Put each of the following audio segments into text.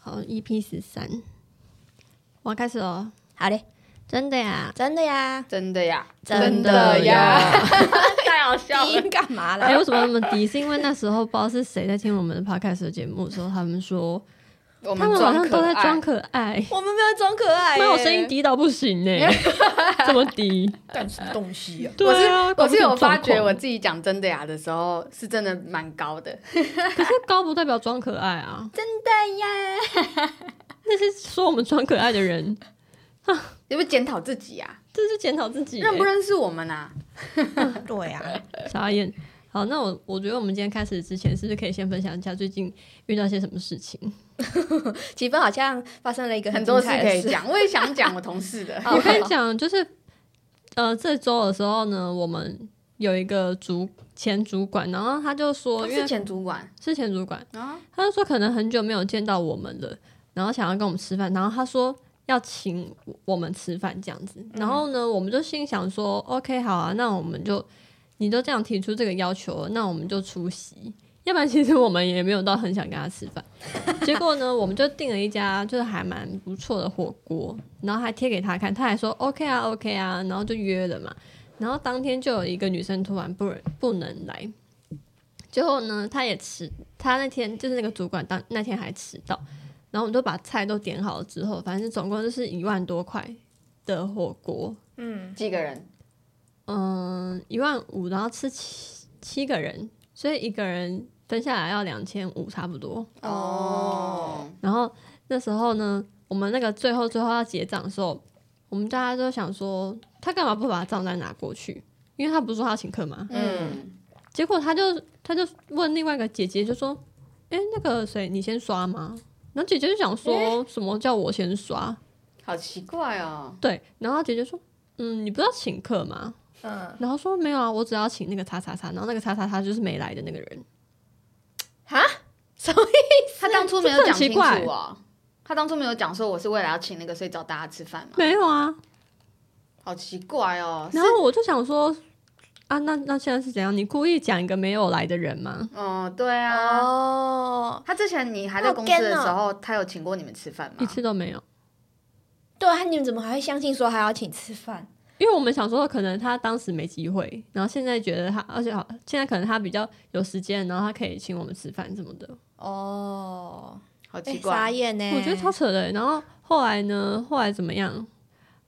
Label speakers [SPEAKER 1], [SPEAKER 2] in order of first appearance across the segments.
[SPEAKER 1] 好，EP 十三，我要开始哦。
[SPEAKER 2] 好嘞，
[SPEAKER 1] 真的呀，
[SPEAKER 2] 真的呀，
[SPEAKER 3] 真的呀，
[SPEAKER 2] 真的 呀，
[SPEAKER 3] 太好笑
[SPEAKER 2] 低
[SPEAKER 3] 了。
[SPEAKER 2] 音干嘛
[SPEAKER 1] 哎、
[SPEAKER 2] 啦？
[SPEAKER 1] 为什么那么低？是因为那时候不知道是谁在听我们的 podcast 的节目的时候，他们说
[SPEAKER 3] 我
[SPEAKER 1] 他们好像都在
[SPEAKER 3] 装
[SPEAKER 1] 装
[SPEAKER 3] 可
[SPEAKER 1] 可爱，
[SPEAKER 2] 我们没有装可爱耶，
[SPEAKER 1] 没有声音低到不行呢、这么低？
[SPEAKER 2] 干什么东西啊？
[SPEAKER 3] 爱。
[SPEAKER 1] 对啊，搞
[SPEAKER 3] 我
[SPEAKER 1] 不
[SPEAKER 3] 是我是
[SPEAKER 1] 清
[SPEAKER 3] 有发
[SPEAKER 1] 状
[SPEAKER 3] 觉，
[SPEAKER 1] 况
[SPEAKER 3] 我自己讲真的呀的时候是真的蛮高的，
[SPEAKER 1] 可是高不代表装可爱啊。
[SPEAKER 2] 真的呀，
[SPEAKER 1] 那些说我们装可爱的人，
[SPEAKER 3] 也不检讨自己呀，
[SPEAKER 1] 这是检讨自己、
[SPEAKER 3] 认不认识我们啊？
[SPEAKER 2] 对啊呀，
[SPEAKER 1] 傻眼。好，那我我觉得我们今天开始之前，是不是可以先分享一下最近遇到些什么事情？
[SPEAKER 2] 奇芬好像发生了一个
[SPEAKER 3] 很
[SPEAKER 2] 很
[SPEAKER 3] 多
[SPEAKER 2] 精
[SPEAKER 3] 事
[SPEAKER 2] 彩
[SPEAKER 3] 可以
[SPEAKER 2] 的事，。
[SPEAKER 3] 讲，我也想讲我同 事的
[SPEAKER 2] 好
[SPEAKER 1] 我跟你讲，就是呃，这周的时候呢，我们有一个主前主管，然后他就说，因
[SPEAKER 3] 哦是
[SPEAKER 1] 为
[SPEAKER 3] 前主管
[SPEAKER 1] 是前主管，
[SPEAKER 3] 啊，
[SPEAKER 1] 他就说可能很久没有见到我们了，然后想要跟我们吃饭，然后他说要请我们吃饭这样子，然后呢，我们就心想说，OK，好啊，那我们就你都这样提出这个要求了，那我们就出席。要不然，其实我们也没有到很想跟他吃饭。结果呢，我们就订了一家就是还蛮不错的火锅，然后还贴给他看，他还说 OK 啊 OK 啊，然后就约了嘛。然后当天就有一个女生突然不能不能来，结果呢，她也迟他那天就是那个主管当那天还迟到，然后我们就把菜都点好了之后，反正总共就是一万多块的火锅，
[SPEAKER 2] 嗯，
[SPEAKER 3] 几个人？
[SPEAKER 1] 嗯，一万五，然后吃七七个人，所以一个人分下来要两千五差不多。
[SPEAKER 3] 哦，
[SPEAKER 1] 然后那时候呢，我们那个最后最后要结账的时候，我们大家都想说，他干嘛不把账单拿过去？因为他不是说他请客吗？
[SPEAKER 3] 嗯，
[SPEAKER 1] 结果他就他就问另外一个姐姐，就说：“哎、那个谁，你先刷吗？”然后姐姐就想说什么叫我先刷？
[SPEAKER 3] 好奇怪哦。
[SPEAKER 1] 对，然后姐姐说：“嗯，你不是要请客吗？”
[SPEAKER 2] 嗯，
[SPEAKER 1] 然后说：“没有啊，我只要请那个叉叉叉。”然后那个叉叉叉就是没来的那个人，
[SPEAKER 3] 他当初没有讲清
[SPEAKER 1] 这很奇
[SPEAKER 3] 楚哦，他当初没有讲说我是为了要请那个，所以找大家吃饭嘛，
[SPEAKER 1] 没有啊。
[SPEAKER 3] 好奇怪哦。
[SPEAKER 1] 然后我就想说：“啊，那那现在是怎样？你故意讲一个没有来的人吗？”
[SPEAKER 3] 哦，对啊，
[SPEAKER 2] 嗯哦，
[SPEAKER 3] 他之前你还在公司的时
[SPEAKER 2] 好
[SPEAKER 3] 候，他有请过你们吃饭
[SPEAKER 1] 一
[SPEAKER 3] 吗？
[SPEAKER 1] 次都没有，
[SPEAKER 2] 对啊，你们怎么还会相信说还要请吃饭？
[SPEAKER 1] 因为我们想说，可能他当时没机会，然后现在觉得他，而且好，现在可能他比较有时间，然后他可以请我们吃饭什么的。
[SPEAKER 2] 哦，
[SPEAKER 3] 好
[SPEAKER 2] 哎
[SPEAKER 3] 奇
[SPEAKER 2] 傻
[SPEAKER 3] 怪，
[SPEAKER 2] 眼呢，
[SPEAKER 1] 我觉得超扯的欸。然后后来呢？后来怎么样？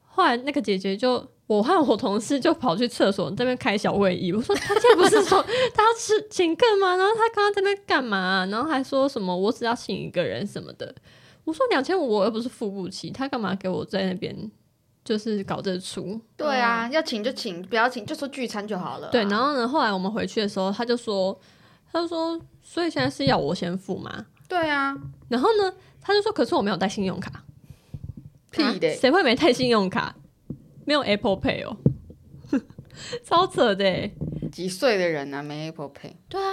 [SPEAKER 1] 后来那个姐姐就，我和我同事就跑去厕所这边开小会议。我说她现在不是说她要吃请客吗？然后她刚刚在那边干嘛啊、然后还说什么我只要请一个人什么的。我说两千五我又不是付不起，她干嘛给我在那边就是搞这出？
[SPEAKER 3] 对啊，要请就请，不要请就说聚餐就好了啊。
[SPEAKER 1] 对，然后呢？后来我们回去的时候，她就说，她就说，所以现在是要我先付吗？
[SPEAKER 3] 对啊，
[SPEAKER 1] 然后呢，她就说，可是我没有带信用卡。
[SPEAKER 3] 屁的，
[SPEAKER 1] 啊谁会没带信用卡？没有 Apple Pay 哦， 超扯的欸！
[SPEAKER 3] 几岁的人啊，没 Apple Pay，
[SPEAKER 2] 对啊，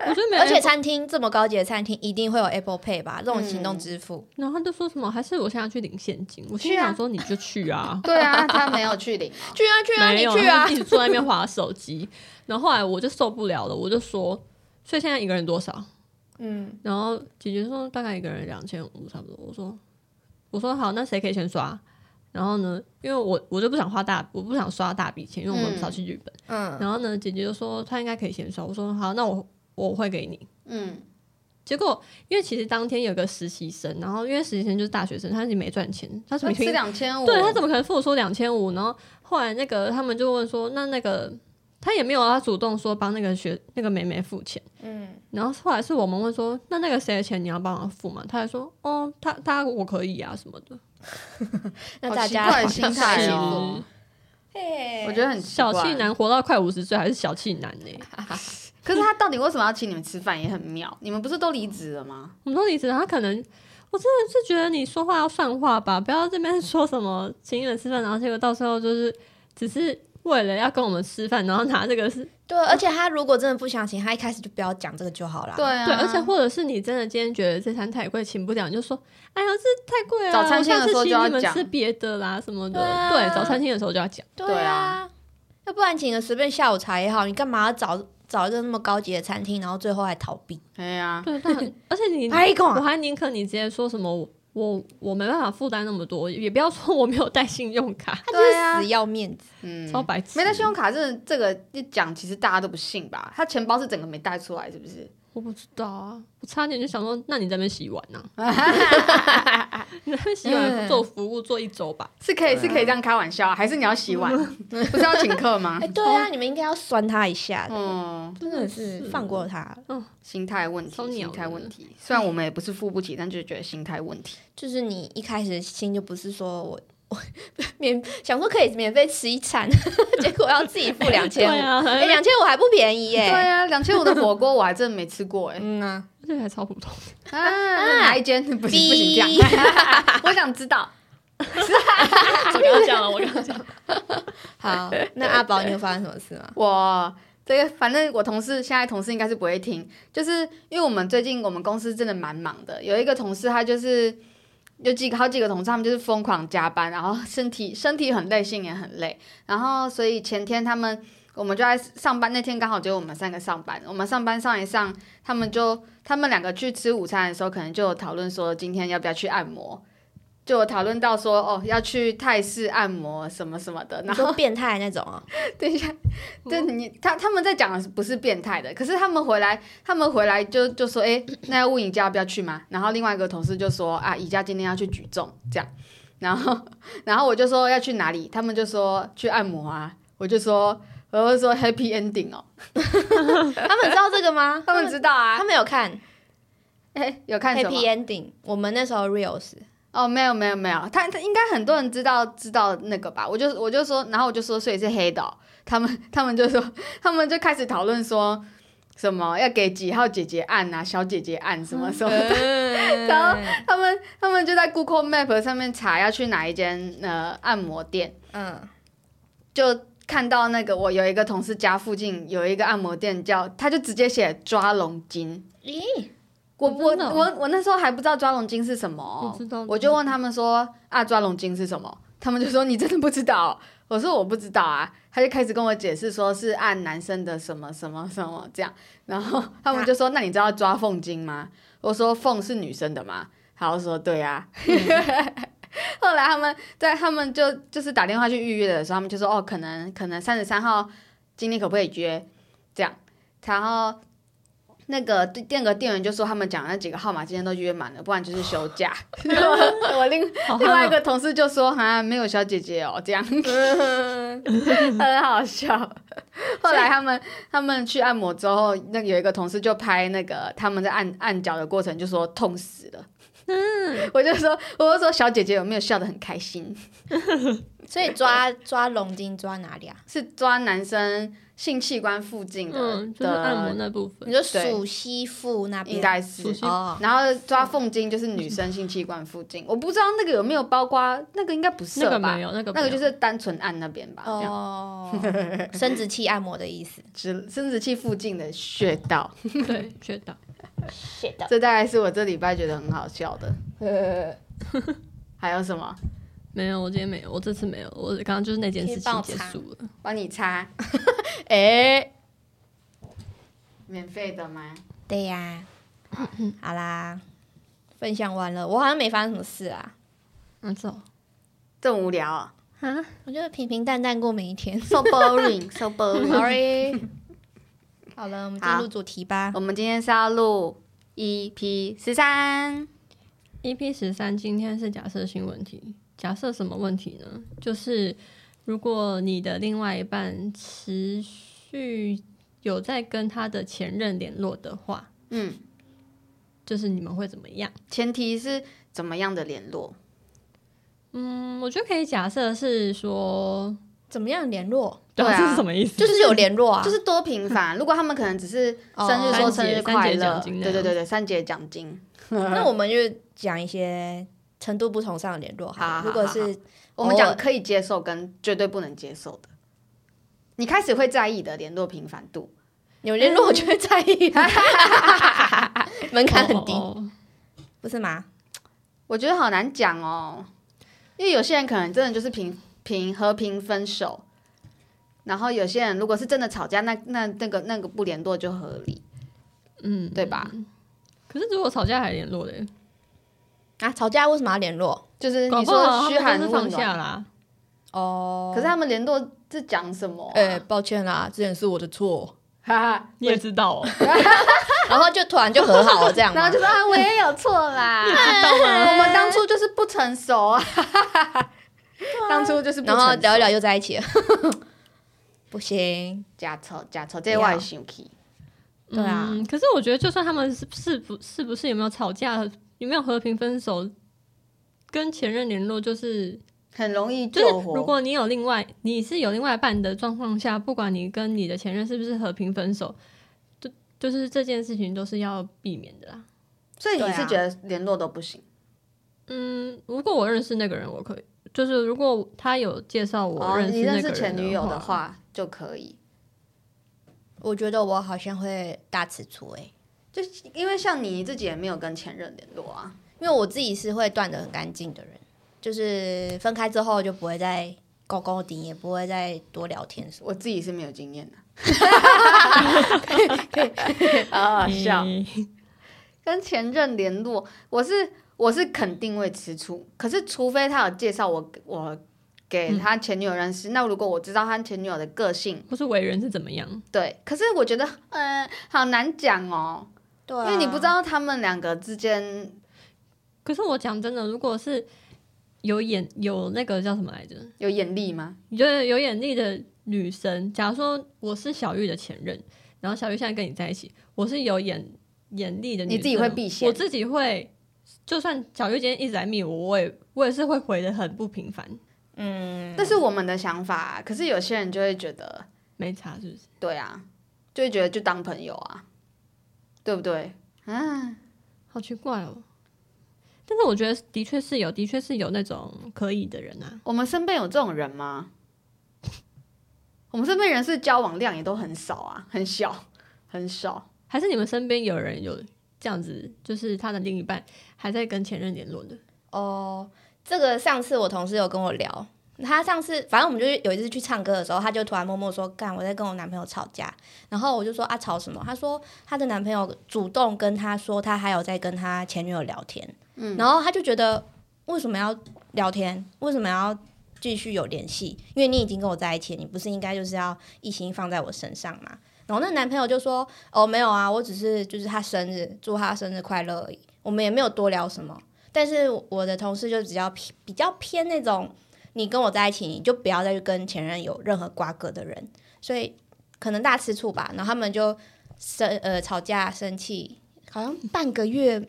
[SPEAKER 1] 我觉得没有
[SPEAKER 2] 而且
[SPEAKER 1] Apple-
[SPEAKER 2] 餐厅这么高级的餐厅一定会有 Apple Pay 吧？这种行动支付，
[SPEAKER 1] 然后他就说什么，还是我现在去领现金。我心
[SPEAKER 3] 去啊，
[SPEAKER 1] 想说，你就去 啊
[SPEAKER 3] 对啊，他没有去领哦，
[SPEAKER 2] 去啊去啊，
[SPEAKER 1] 没
[SPEAKER 2] 你
[SPEAKER 1] 有，
[SPEAKER 2] 去啊
[SPEAKER 1] 他就一！直坐在那边划手机。然后后来我就受不了了，我就说，所以现在一个人多少？
[SPEAKER 2] 嗯，
[SPEAKER 1] 然后姐姐说大概一个人两千五差不多。我说我说好，那谁可以先刷？然后呢，因为我我就不想花大，我不想刷大笔钱，因为我们
[SPEAKER 3] 嗯
[SPEAKER 1] 少去日本。
[SPEAKER 2] 嗯，
[SPEAKER 1] 然后呢，姐姐就说她应该可以先刷。我说好，那我我会给你。
[SPEAKER 3] 嗯，
[SPEAKER 1] 结果，因为其实当天有个实习生，然后因为实习生就是大学生，他是没赚钱，他是
[SPEAKER 3] 他
[SPEAKER 1] 没
[SPEAKER 3] 吃
[SPEAKER 1] 去，
[SPEAKER 3] 两千五，
[SPEAKER 1] 对他怎么可能付出两千五？然后后来那个他们就问说，那那个他也没有要主动说帮那个学那个妹妹付钱，嗯，然后后来是我们问说，那那个谁的钱你要帮我付嘛？他还说，哦，他他我可以啊什么的，
[SPEAKER 2] 那
[SPEAKER 3] 好
[SPEAKER 2] 大
[SPEAKER 3] 奇
[SPEAKER 2] 家
[SPEAKER 3] 怪的心态
[SPEAKER 1] 哦
[SPEAKER 3] 哦，
[SPEAKER 2] 嘿
[SPEAKER 3] 我觉得很奇怪
[SPEAKER 1] 小气。男活到快五十岁还是小气男呢、
[SPEAKER 3] 可是他到底为什么要请你们吃饭也很妙？你们不是都离职了吗？
[SPEAKER 1] 我们都离职了，他可能。我真的是觉得你说话要算话吧，不要这边 说什么请你们吃饭，然后结果到时候就是只是为了要跟我们吃饭，然后拿这个是、
[SPEAKER 2] 对，而且他如果真的不想请，他一开始就不要讲这个就好了。
[SPEAKER 3] 对，啊，
[SPEAKER 1] 对，而且或者是你真的今天觉得这餐太贵，请不了，你就说哎呀这太贵了，
[SPEAKER 3] 早餐厅的时候
[SPEAKER 1] 我下次
[SPEAKER 3] 就要
[SPEAKER 1] 请你们
[SPEAKER 3] 讲
[SPEAKER 1] 吃别的啦什么的，
[SPEAKER 2] 对啊
[SPEAKER 1] 对，早餐厅的时候就要讲，
[SPEAKER 2] 对
[SPEAKER 3] 对啊
[SPEAKER 2] 啊，要不然请个随便下午茶也好，你干嘛要找找一个那么高级的餐厅，然后最后还逃避？
[SPEAKER 3] 哎呀，
[SPEAKER 1] 对，但 而且你
[SPEAKER 2] 哎，
[SPEAKER 1] 我
[SPEAKER 2] 干嘛？
[SPEAKER 1] 还宁可你直接说什么我我我没办法负担那么多，也不要说我没有带信用卡，
[SPEAKER 2] 他就是
[SPEAKER 3] 对啊
[SPEAKER 2] 死要面子，
[SPEAKER 3] 嗯，
[SPEAKER 1] 超白痴。
[SPEAKER 3] 没带信用卡，真的这个一讲，其实大家都不信吧？他钱包是整个没带出来，是不是？
[SPEAKER 1] 我不知道啊，我差点就想说，那你在那边洗碗 呢、你在那边洗碗
[SPEAKER 3] 嗯
[SPEAKER 1] 做服务做一周吧，
[SPEAKER 3] 是可以是可以这样开玩笑啊，还是你要洗 碗？不是要请客吗
[SPEAKER 2] 哎、？对啊，你们应该要酸他一下的，
[SPEAKER 3] 嗯，
[SPEAKER 2] 真的是放过他，
[SPEAKER 3] 心态问题
[SPEAKER 1] 超，鸟
[SPEAKER 3] 心
[SPEAKER 1] 的
[SPEAKER 3] 态问题。虽然我们也不是付不起，但就是觉得心态问题。
[SPEAKER 2] 就是你一开始心就不是说我。 我免想说可以免费吃一餐， 结果要自己付两
[SPEAKER 1] 对
[SPEAKER 2] 千五，
[SPEAKER 1] 啊，
[SPEAKER 2] 哎，两千五还不便宜耶、
[SPEAKER 3] 对啊，两千五的火锅我还真没吃过哎。
[SPEAKER 2] 嗯啊，
[SPEAKER 1] 这还超普通。
[SPEAKER 3] 啊，哪一间？不行不行，这
[SPEAKER 2] 逼
[SPEAKER 3] 样 我想知道。
[SPEAKER 1] 我跟他讲了，我跟他讲，
[SPEAKER 2] 好，那阿宝，你有发生什么事吗？
[SPEAKER 3] 我这个反正我同事现在同事应该是不会听，就是因为我们最近我们公司真的蛮忙的，有一个同事他就是有几个好几个同事，他们就是疯狂加班，然后身体身体很累，心也很累，然后所以前天他们。我们就在上班那天刚好只有我们三个上班，我们上班上一上，他们就他们两个去吃午餐的时候，可能就有讨论说今天要不要去按摩，就有讨论到说哦要去泰式按摩什么什么的，
[SPEAKER 2] 你
[SPEAKER 3] 然后
[SPEAKER 2] 说变态那种啊？
[SPEAKER 3] 等一下，对你他他们在讲的是不是变态的，可是他们回来，他们回来就就说，哎、 那要问宜家要不要去吗？然后另外一个同事就说，啊，宜家今天要去举重，这样，然后 然后我就说要去哪里，他们就说去按摩啊，我就说我就说 happy ending 哦，
[SPEAKER 2] 他们知道这个吗？
[SPEAKER 3] 他们知道 啊
[SPEAKER 2] 他，们有看
[SPEAKER 3] 哎、 有看什么
[SPEAKER 2] Happy Ending，我们那时候 Reels，
[SPEAKER 3] 哦，没有没有没有，他他应该很多人知道知道那个吧？我就我就说，然后我就说，所以是黑的哦、他们 他们就说，他们就开始讨论说什么要给几号姐姐按啊，小姐姐按什
[SPEAKER 1] 嗯
[SPEAKER 3] 么什么的。 然后他们他们就在 Google Map 上面查要去哪一间呃按摩店，
[SPEAKER 2] 嗯，
[SPEAKER 3] 就看到那个我有一个同事家附近有一个按摩店叫，他就直接写抓龙筋。
[SPEAKER 2] 咦，
[SPEAKER 3] 我
[SPEAKER 1] 哦
[SPEAKER 3] 我
[SPEAKER 1] 真的哦
[SPEAKER 3] 我我那时候还不知道抓龙筋是什么哦、
[SPEAKER 1] 我知道，
[SPEAKER 3] 我就问他们说啊，抓龙筋是什么？他们就说你真的不知道？我说我不知道啊。他就开始跟我解释说是按男生的什么什么什么这样，然后他们就说、那你知道抓凤筋吗？我说凤是女生的吗？他就说对啊。后来他们在他们就就是打电话去预约的时候，他们就说哦，可能可能三十三号今天可不可以约？这样，然后那个店个店员就说他们讲的那几个号码今天都约满了，不然就是休假。 我我另
[SPEAKER 1] 好
[SPEAKER 3] 另外一
[SPEAKER 1] 个
[SPEAKER 3] 个同事就说：“哈，没有小姐姐哦， 这样很好笑。”后来他们他们去按摩之后，那个有一个同事就拍那个他们在按按脚的过程，就说痛死了。
[SPEAKER 1] 嗯
[SPEAKER 3] 我就说，我就说小姐姐有没有笑得很开心？
[SPEAKER 2] 所以抓抓龙筋抓哪里啊？
[SPEAKER 3] 是抓男生性器官附近的，嗯
[SPEAKER 1] 嗯，就是按摩那部
[SPEAKER 2] 你
[SPEAKER 1] 分，
[SPEAKER 2] 说
[SPEAKER 3] 对
[SPEAKER 2] 属西腹那
[SPEAKER 3] 的，应
[SPEAKER 2] 边
[SPEAKER 3] 该是
[SPEAKER 1] 熟悉
[SPEAKER 2] 哦，
[SPEAKER 3] 然后抓缝筋就是女生性器官附近，我不知道那个有没有包括，那个应该不是
[SPEAKER 1] 那个
[SPEAKER 3] 吧
[SPEAKER 1] 没？有，那个
[SPEAKER 3] 那个就是是单纯按那边吧，这样
[SPEAKER 2] 哦，生殖器按摩的意 思。
[SPEAKER 3] 只生殖器附近的穴道，
[SPEAKER 1] 对学到。
[SPEAKER 2] 是的，
[SPEAKER 3] 这大概是我这礼拜觉得很好笑的。
[SPEAKER 1] 呃
[SPEAKER 3] 还有什么？
[SPEAKER 1] 没有，我今天没有，我这次没有，我刚刚就是那件事
[SPEAKER 2] 可以帮
[SPEAKER 1] 情
[SPEAKER 2] 我
[SPEAKER 1] 结
[SPEAKER 2] 擦
[SPEAKER 1] 束了。
[SPEAKER 3] 帮你擦，
[SPEAKER 2] 哎，
[SPEAKER 3] 免费的吗？
[SPEAKER 2] 对呀，好啦，分享完了，我好像没发生什么事啊，
[SPEAKER 1] 嗯，走
[SPEAKER 3] 这么无聊、哦、
[SPEAKER 1] 啊，
[SPEAKER 2] 我就平平淡淡过每一天。
[SPEAKER 3] ，so boring，so boring。
[SPEAKER 2] Sorry，好了，我们进
[SPEAKER 3] 好
[SPEAKER 2] 入主题吧。
[SPEAKER 3] 我们今天是要录 EP 十三，
[SPEAKER 1] EP ，E 十三今天是假设性问题，假设什么问题呢？就是如果你的另外一半持续有在跟他的前任联络的话，
[SPEAKER 3] 嗯，
[SPEAKER 1] 就是你们会怎么样？
[SPEAKER 3] 前提是怎么样的联络？
[SPEAKER 1] 嗯，我觉得可以假设是说，
[SPEAKER 2] 怎么样联络？
[SPEAKER 3] 对啊
[SPEAKER 1] 这是什么意思？
[SPEAKER 2] 就是有联络啊，
[SPEAKER 3] 就是多频繁。如果他们可能只是生日
[SPEAKER 2] 哦
[SPEAKER 3] 说生日快
[SPEAKER 1] 三节三节奖
[SPEAKER 3] 乐，
[SPEAKER 1] 金那样
[SPEAKER 3] 对对对对，三节奖金。
[SPEAKER 2] 那我们就讲一些程度不同上的联络好了
[SPEAKER 3] 好好
[SPEAKER 2] 如果是
[SPEAKER 3] 我们讲
[SPEAKER 2] 偶尔
[SPEAKER 3] 可以接受跟绝对不能接受的。你开始会在意的联络频繁度，
[SPEAKER 2] 有联络，我就会在 意，门槛很低，
[SPEAKER 1] 哦哦哦
[SPEAKER 2] 不是吗？
[SPEAKER 3] 我觉得好难讲哦，因为有些人可能真的就是平平和平分手，然后有些人如果是真的吵架，那那那个那个不联络就合理，
[SPEAKER 1] 嗯，
[SPEAKER 3] 对吧？
[SPEAKER 1] 可是如果吵架还联络的，
[SPEAKER 2] 啊，吵架为什么要联络？
[SPEAKER 3] 就是
[SPEAKER 1] 搞
[SPEAKER 3] 你
[SPEAKER 1] 不好他
[SPEAKER 3] 说嘘
[SPEAKER 1] 们
[SPEAKER 3] 寒
[SPEAKER 1] 都是
[SPEAKER 3] 问
[SPEAKER 1] 放下
[SPEAKER 3] 暖，
[SPEAKER 1] 啦。
[SPEAKER 2] 哦
[SPEAKER 3] 可是他们联络是讲什么、啊？
[SPEAKER 2] 哎、抱歉啦，之前是我的错，
[SPEAKER 3] 哈哈，
[SPEAKER 1] 你也知道哦，
[SPEAKER 2] 然后就突然就和好了这样
[SPEAKER 3] 然
[SPEAKER 2] 吗
[SPEAKER 3] 后就说啊，我也有 错啦，我们当初就是不成熟啊， 当初就是不
[SPEAKER 2] 然
[SPEAKER 3] 成熟
[SPEAKER 2] 后聊一聊又在一起了， 不行，
[SPEAKER 3] 假丑假丑，这我也生气。
[SPEAKER 2] 对啊
[SPEAKER 1] 嗯可是我觉得，就算他们是是不是不是有没有吵架，有没有和平分手，跟前任联络，就是
[SPEAKER 3] 很容易
[SPEAKER 1] 就是
[SPEAKER 3] 救，火。
[SPEAKER 1] 如果你有另外你是有另外一半的状况下，不管你跟你的前任是不是和平分手，就就是这件事情都是要避免的啦。
[SPEAKER 3] 所以
[SPEAKER 2] 对
[SPEAKER 3] 你
[SPEAKER 2] 啊
[SPEAKER 3] 是觉得联络都不行，
[SPEAKER 1] 嗯，如果我认识那个人，我可以，就是如果他有介绍我
[SPEAKER 3] 哦，
[SPEAKER 1] 认识
[SPEAKER 3] 你
[SPEAKER 1] 那个
[SPEAKER 3] 认
[SPEAKER 1] 人
[SPEAKER 3] 识前女友
[SPEAKER 1] 的
[SPEAKER 3] 的，话就可以。
[SPEAKER 2] 我觉得我好像会大吃醋哎、
[SPEAKER 3] 就是因为像你自己也没有跟前任联络啊，
[SPEAKER 2] 因为我自己是会断的很干净的人，就是分开之后就不会再勾勾顶，也不会再多聊天什么。
[SPEAKER 3] 我自己是没有经验的。 好好笑，
[SPEAKER 1] 嗯
[SPEAKER 3] 跟前任联络，我是我是肯定会吃醋，可是除非他有介绍我我给他前女友认识，那如果我知道他前女友的个性，
[SPEAKER 1] 或是为人是怎么样？
[SPEAKER 3] 对，可是我觉得嗯、呃好难讲哦，
[SPEAKER 2] 对、啊
[SPEAKER 3] 因为你不知，道他们两个之间
[SPEAKER 1] 可是我讲真的，如果是有演有那个叫什么来着，
[SPEAKER 3] 有眼力吗？
[SPEAKER 1] 就是有眼力的女生，假如说我是小玉的前任，然后小玉现在跟你在一起，我是有眼眼力的女生，
[SPEAKER 3] 你自己会避嫌
[SPEAKER 1] 我自己会，就算小玉今天一直来密我，我也我也是会回的很不平凡，
[SPEAKER 2] 嗯，
[SPEAKER 3] 那是我们的想法啊、可是有些人就会觉得，
[SPEAKER 1] 没差是不是？
[SPEAKER 3] 对啊，就会觉得就当朋友啊，对不对？嗯，
[SPEAKER 1] 好奇怪哦。但是我觉得的确是有，的确是有那种可以的人啊，
[SPEAKER 3] 我们身边有这种人吗？我们身边人是交往量也都很少啊，很小，很少。
[SPEAKER 1] 还是你们身边有人有这样子，就是他的另一半还在跟前任联络的，
[SPEAKER 2] 哦，这个上次我同事有跟我聊，他上次反正我们就是有一次去唱歌的时候，他就突然默默说：“干，我在跟我男朋友吵架。”然后我就说：“啊，吵什么？”他说她的男朋友主动跟她说，他还有在跟他前女友聊天。嗯，然后他就觉得为什么要聊天？为什么要？继续有联系，因为你已经跟我在一起了，你不是应该就是要一心放在我身上吗？然后那男朋友就说：“哦，没有啊，我只是就是他生日，祝他生日快乐而已，我们也没有多聊什么。”但是我的同事就比较偏比较偏那种，你跟我在一起，你就不要再去跟前任有任何瓜葛的人，所以可能大吃醋吧。然后他们就生呃吵架生气，好像半个月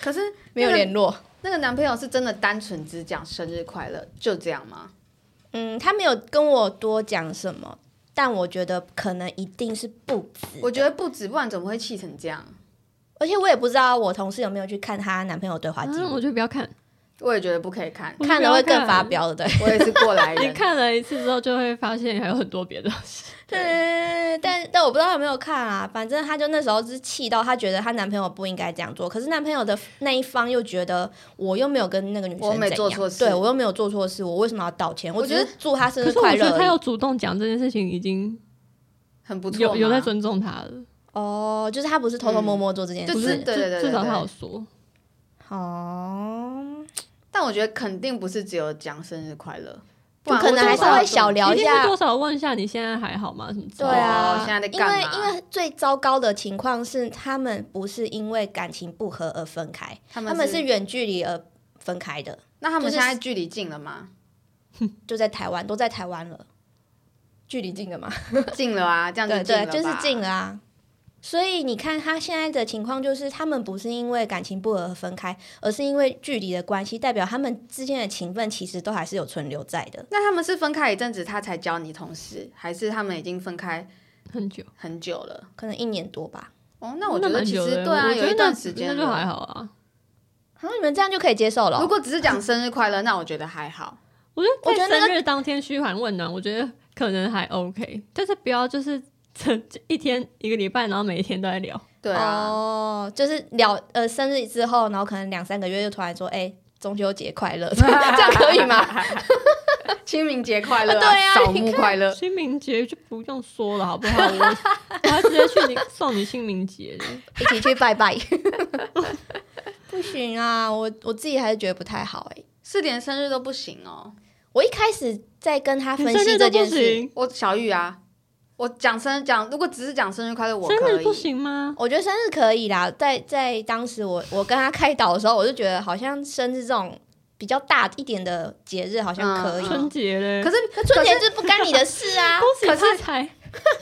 [SPEAKER 3] 可是
[SPEAKER 2] 没有
[SPEAKER 3] 那个
[SPEAKER 2] 联络。
[SPEAKER 3] 那个男朋友是真的单纯只讲生日快乐，就这样吗？
[SPEAKER 2] 嗯，他没有跟我多讲什么，但我觉得可能一定是不止。
[SPEAKER 3] 我觉得不止，不然怎么会气成这样？
[SPEAKER 2] 而且我也不知道我同事有没有去看她男朋友对话记
[SPEAKER 1] 嗯，
[SPEAKER 2] 录，
[SPEAKER 1] 我觉得不要看，
[SPEAKER 3] 我也觉得不可以看，
[SPEAKER 1] 我
[SPEAKER 2] 看了会
[SPEAKER 1] 不要看
[SPEAKER 2] 更发飙的。对，
[SPEAKER 3] 我也是过来
[SPEAKER 1] 你
[SPEAKER 3] 人。
[SPEAKER 1] 哎看了一次之后，就会发现还有很多别的东西。
[SPEAKER 2] 对，嗯但但我不知道她有没有看啊。反正她就那时候是气到，她觉得她男朋友不应该这样做，可是男朋友的那一方又觉得我又没有跟那个女生
[SPEAKER 3] 我没
[SPEAKER 2] 怎
[SPEAKER 3] 做
[SPEAKER 2] 样
[SPEAKER 3] 错事
[SPEAKER 2] 对我又没有做错事，我为什么要道歉？我
[SPEAKER 3] 我
[SPEAKER 2] 只
[SPEAKER 3] 觉得
[SPEAKER 2] 是祝她生
[SPEAKER 1] 可
[SPEAKER 2] 日
[SPEAKER 1] 是我
[SPEAKER 2] 快
[SPEAKER 1] 觉
[SPEAKER 2] 乐
[SPEAKER 1] 得他
[SPEAKER 2] 而
[SPEAKER 1] 有
[SPEAKER 2] 已。
[SPEAKER 1] 主动讲这件事情，已经
[SPEAKER 3] 很不错嘛，
[SPEAKER 1] 有有在尊重他了，
[SPEAKER 2] 哦，就是她不是偷偷摸摸做这件
[SPEAKER 3] 嗯就
[SPEAKER 2] 事，
[SPEAKER 1] 不是
[SPEAKER 3] 是对对对
[SPEAKER 1] 至至少
[SPEAKER 3] 对
[SPEAKER 1] 他
[SPEAKER 3] 对
[SPEAKER 1] 有说，
[SPEAKER 2] 哦，
[SPEAKER 3] 但我觉得肯定不是只有讲生日快乐，
[SPEAKER 2] 就可能还稍微小聊
[SPEAKER 1] 一定
[SPEAKER 2] 下
[SPEAKER 1] 是多少问一下你现在还好吗？什么之
[SPEAKER 2] 对
[SPEAKER 1] 类的。
[SPEAKER 2] 啊，
[SPEAKER 3] 哦现在在干嘛
[SPEAKER 2] 因为因为最糟糕的情况是，他们不是因为感情不合而分开，
[SPEAKER 3] 他
[SPEAKER 2] 他
[SPEAKER 3] 们
[SPEAKER 2] 们是远距离而分开的，
[SPEAKER 3] 那他们
[SPEAKER 2] 就是
[SPEAKER 3] 现在距离近了吗？
[SPEAKER 2] 就在台湾，都在台湾了，距离近了嘛？
[SPEAKER 3] 近了啊，这样
[SPEAKER 2] 对
[SPEAKER 3] 近
[SPEAKER 2] 对
[SPEAKER 3] 了，吧
[SPEAKER 2] 就是近了啊。所以你看，他现在的情况就是，他们不是因为感情不合而分开，而是因为距离的关系，代表他们之间的情分其实都还是有存留在的。
[SPEAKER 3] 那他们是分开一阵子，他才教你同事，还是他们已经分开
[SPEAKER 1] 很久，
[SPEAKER 3] 很久了？
[SPEAKER 2] 可能一年多吧。
[SPEAKER 3] 哦，那我觉
[SPEAKER 1] 那
[SPEAKER 3] 得
[SPEAKER 1] 蛮
[SPEAKER 3] 其
[SPEAKER 1] 久
[SPEAKER 3] 实
[SPEAKER 1] 的
[SPEAKER 3] 对啊，
[SPEAKER 1] 我觉
[SPEAKER 3] 有
[SPEAKER 1] 得
[SPEAKER 3] 一段时间
[SPEAKER 1] 那就
[SPEAKER 3] 了
[SPEAKER 1] 还好啊。
[SPEAKER 2] 好、啊，你们这样就可以接受了哦、
[SPEAKER 3] 如果只是讲生日快乐，那我觉得还好。
[SPEAKER 1] 我觉
[SPEAKER 2] 我
[SPEAKER 1] 得
[SPEAKER 2] 觉
[SPEAKER 1] 在
[SPEAKER 2] 得那
[SPEAKER 1] 生日当天嘘寒问暖，我觉得可能还 OK，但是不要就是这一天一个礼拜，然后每一天都在聊。
[SPEAKER 3] 对啊，
[SPEAKER 2] 哦，就是了呃生日之后， 然后可能两三个月就突然说，哎、中秋节快乐，这样可以吗？
[SPEAKER 3] 清明节快乐、
[SPEAKER 2] 啊对啊
[SPEAKER 3] 扫
[SPEAKER 2] 你
[SPEAKER 3] 墓快 乐。
[SPEAKER 1] 清明节就不用说了，好不好？我我还直接去你 送你清明节的，
[SPEAKER 2] 一起去拜 拜。不行啊，我我自己还是觉得不太好哎、
[SPEAKER 3] 是连生日都不行哦。
[SPEAKER 2] 我一开始在跟他分
[SPEAKER 1] 你生
[SPEAKER 2] 析
[SPEAKER 1] 日
[SPEAKER 2] 这
[SPEAKER 1] 都不
[SPEAKER 2] 件事，
[SPEAKER 1] 行，
[SPEAKER 3] 我小玉啊，我讲生讲，如果只是讲生日快乐，我
[SPEAKER 1] 生
[SPEAKER 3] 可
[SPEAKER 1] 日
[SPEAKER 3] 以。
[SPEAKER 1] 不行吗？
[SPEAKER 2] 我觉得生日可以啦。在在当时我我跟他开导的时候，我就觉得好像生日这种比较大一点的节日好像可以。
[SPEAKER 3] 嗯
[SPEAKER 1] 春节嘞，
[SPEAKER 3] 可是
[SPEAKER 2] 可春节是不干你的事啊
[SPEAKER 1] 恭！喜
[SPEAKER 3] 可
[SPEAKER 1] 发
[SPEAKER 3] 是
[SPEAKER 1] 财，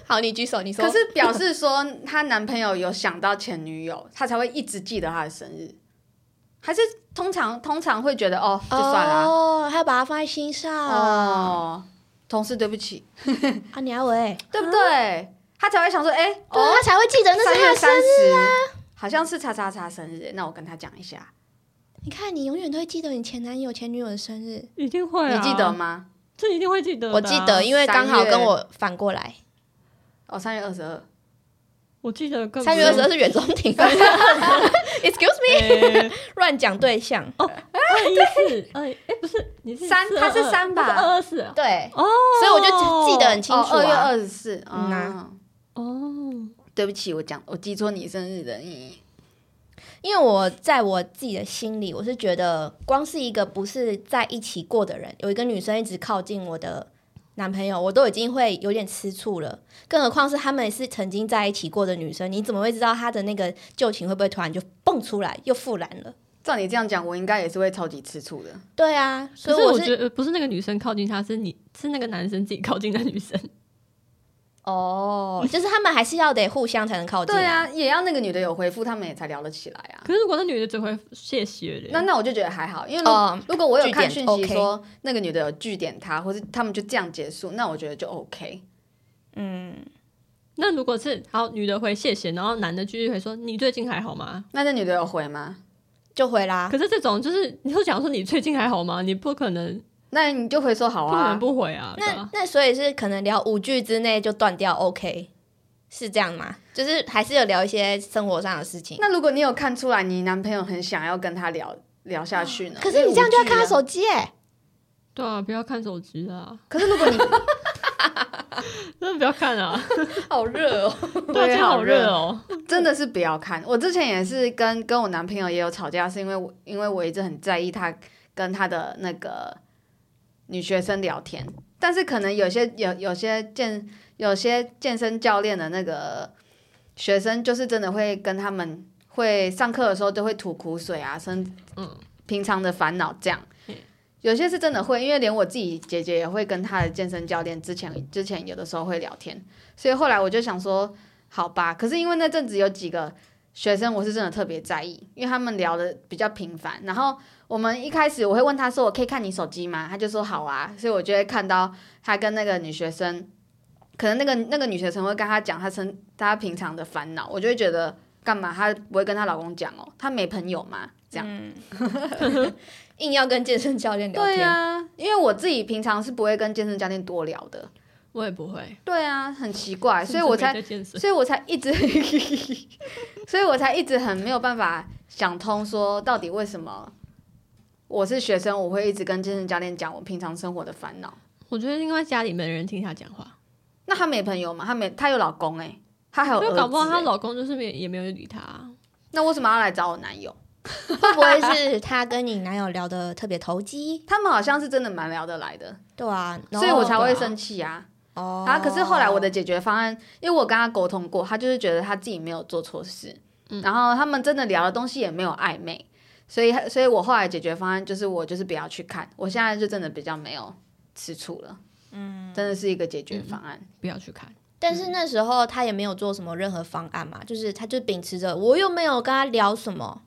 [SPEAKER 2] 好，你举手，你说。
[SPEAKER 3] 可是表示说她男朋友有想到前女友，她才会一直记得她的生日，还是通常通常会觉得哦就算了啊、
[SPEAKER 2] 哦，还要把它放在心上哦。
[SPEAKER 3] 哦，同事对不起，
[SPEAKER 2] 啊，你阿伟，
[SPEAKER 3] 对不对？她才会想说，哎、
[SPEAKER 2] 啊对啊
[SPEAKER 3] 哦，
[SPEAKER 2] 他才会记得那
[SPEAKER 3] 三
[SPEAKER 2] 是他
[SPEAKER 3] 月
[SPEAKER 2] 的生
[SPEAKER 3] 三
[SPEAKER 2] 日。啊
[SPEAKER 3] 十好像是叉叉叉生日，那我跟她讲一下，
[SPEAKER 2] 你看，你永远都会记得你前男友、前女友的生日。
[SPEAKER 1] 一定会、啊，
[SPEAKER 3] 你记得？吗？
[SPEAKER 1] 这一定会记
[SPEAKER 3] 啊
[SPEAKER 1] 得、啊
[SPEAKER 2] 我记得，，因为刚好跟我反过来，
[SPEAKER 3] 哦，三月二十二，
[SPEAKER 1] 我记得更
[SPEAKER 2] 三月二十二是袁中 庭。Excuse
[SPEAKER 1] 二，
[SPEAKER 2] me，乱讲对象。
[SPEAKER 3] 哦
[SPEAKER 1] 二一四，二哎不是，你是
[SPEAKER 3] 三
[SPEAKER 1] 422
[SPEAKER 3] 他是三
[SPEAKER 1] 他
[SPEAKER 3] 吧
[SPEAKER 1] 是二二四
[SPEAKER 2] 对，
[SPEAKER 1] 哦，
[SPEAKER 2] 所以我就记得很清
[SPEAKER 3] 哦，
[SPEAKER 2] 楚
[SPEAKER 3] 二月
[SPEAKER 2] 啊。
[SPEAKER 3] 二十四，
[SPEAKER 2] 嗯啊
[SPEAKER 3] 嗯，
[SPEAKER 1] 哦，
[SPEAKER 3] 对不起，我讲我记错你生日的，嗯
[SPEAKER 2] 因为我在我自己的心里，我是觉得光是一个不是在一起过的人，有一个女生一直靠近我的男朋友，我都已经会有点吃醋了，更何况是他们是曾经在一起过的女生，你怎么会知道她的那个旧情会不会突然就蹦出来又复燃了？
[SPEAKER 3] 照你这样讲，我应该也是会超级吃醋的。
[SPEAKER 2] 对啊，所
[SPEAKER 1] 可
[SPEAKER 2] 以
[SPEAKER 1] 是我
[SPEAKER 2] 我
[SPEAKER 1] 觉得呃不是那个女生靠近他，是你是那个男生自己靠近的女生，
[SPEAKER 2] 哦，就是他们还是要得互相才能靠近、
[SPEAKER 3] 对，啊，也要那个女的有回复，他们也才聊得起来啊。
[SPEAKER 1] 可是如果那女的只会谢谢嘞，
[SPEAKER 3] 那那我就觉得还好，因为如、
[SPEAKER 2] 哦
[SPEAKER 3] 如果我有看
[SPEAKER 2] 据
[SPEAKER 3] 讯
[SPEAKER 2] 点
[SPEAKER 3] 息说、那个女的有据点他，或是他们就这样结束，那我觉得就 OK。
[SPEAKER 2] 嗯，
[SPEAKER 1] 那如果是好女的回谢谢，然后男的继续回说你最近还好吗？
[SPEAKER 3] 那那女的有回吗？
[SPEAKER 2] 就回啦。
[SPEAKER 1] 可是这种就是你就讲说你最近还好吗？你不可能
[SPEAKER 3] 那你就会说好
[SPEAKER 1] 不可能
[SPEAKER 3] 啊。
[SPEAKER 1] 不回啊，对
[SPEAKER 2] 那
[SPEAKER 1] 吧？
[SPEAKER 2] 那所以是可能聊五句之内就断掉，OK，是这样吗？就是还是有聊一些生活上的事情。
[SPEAKER 3] 那如果你有看出来你男朋友很想要跟她聊聊下去呢？
[SPEAKER 2] 哦可是你这样就要看他
[SPEAKER 3] 她。
[SPEAKER 2] 手机 哎、
[SPEAKER 1] 对啊，不要看手机啊，
[SPEAKER 3] 可是如果你
[SPEAKER 1] 真的不要看啊，
[SPEAKER 2] 好热哦。
[SPEAKER 1] 对啊，今天好热哦，
[SPEAKER 3] 真的是不要看。我之前也是跟跟我男朋友也有吵架，是因为我因为我一直很在意他跟他的那个女学生聊天，但是可能有些有有些健有些健身教练的那个学生，就是真的会跟他们会上课的时候都会吐苦水啊，生
[SPEAKER 1] 嗯
[SPEAKER 3] 平常的烦恼这样
[SPEAKER 1] 嗯。
[SPEAKER 3] 有些是真的会，因为连我自己姐姐也会跟她的健身教练之前之前有的时候会聊天，所以后来我就想说，好吧。可是因为那阵子有几个学生，我是真的特别在意，因为他们聊的比较频繁。然后我们一开始我会问他说：“我可以看你手机吗？”他就说：“好啊。”所以我就会看到他跟那个女学生，可能那个那个女学生会跟他讲她生她平常的烦恼，我就会觉得干嘛她不会跟她老公讲哦，她没朋友嘛这样。
[SPEAKER 2] 硬要跟健身教练聊
[SPEAKER 3] 对
[SPEAKER 2] 天，
[SPEAKER 3] 啊，因为我自己平常是不会跟健身教练多聊的。
[SPEAKER 1] 我也不会，
[SPEAKER 3] 对啊，很奇
[SPEAKER 1] 哎
[SPEAKER 3] 怪，所以我才
[SPEAKER 1] 在健身，
[SPEAKER 3] 所以我才一直，所以我才一直很没有办法想通，说到底为什么我是学生，我会一直跟健身教练讲我平常生活的烦恼。
[SPEAKER 1] 我觉得因为家里没人听她讲话，
[SPEAKER 3] 那她没朋友嘛？她没，她有老公哎、欸，她还有
[SPEAKER 1] 所
[SPEAKER 3] 儿
[SPEAKER 1] 以
[SPEAKER 3] 子、
[SPEAKER 1] 搞不好她
[SPEAKER 3] 欸。
[SPEAKER 1] 老公就是没也没有理她啊，
[SPEAKER 3] 那为什么要来找我男友？
[SPEAKER 2] 会不会是他跟你男友聊的特别投机？
[SPEAKER 3] 他们好像是真的蛮聊得来的，
[SPEAKER 2] 对啊，然
[SPEAKER 3] 所以我
[SPEAKER 2] 后
[SPEAKER 3] 才会
[SPEAKER 1] 对啊
[SPEAKER 3] 生气啊。
[SPEAKER 2] 哦
[SPEAKER 3] 啊，可是后来我的解决方案，因为我跟他沟通过，他就是觉得他自己没有做错事，
[SPEAKER 1] 嗯
[SPEAKER 3] 然后他们真的聊的东西也没有暧昧，所以所以我后来解决方案就是我就是不要去看，我现在就真的比较没有吃醋了，嗯，真的是一个解决方案，
[SPEAKER 1] 不要去看，
[SPEAKER 2] 但是那时候他也没有做什么任何方案嘛，就是他就秉持着我又没有跟他聊什么，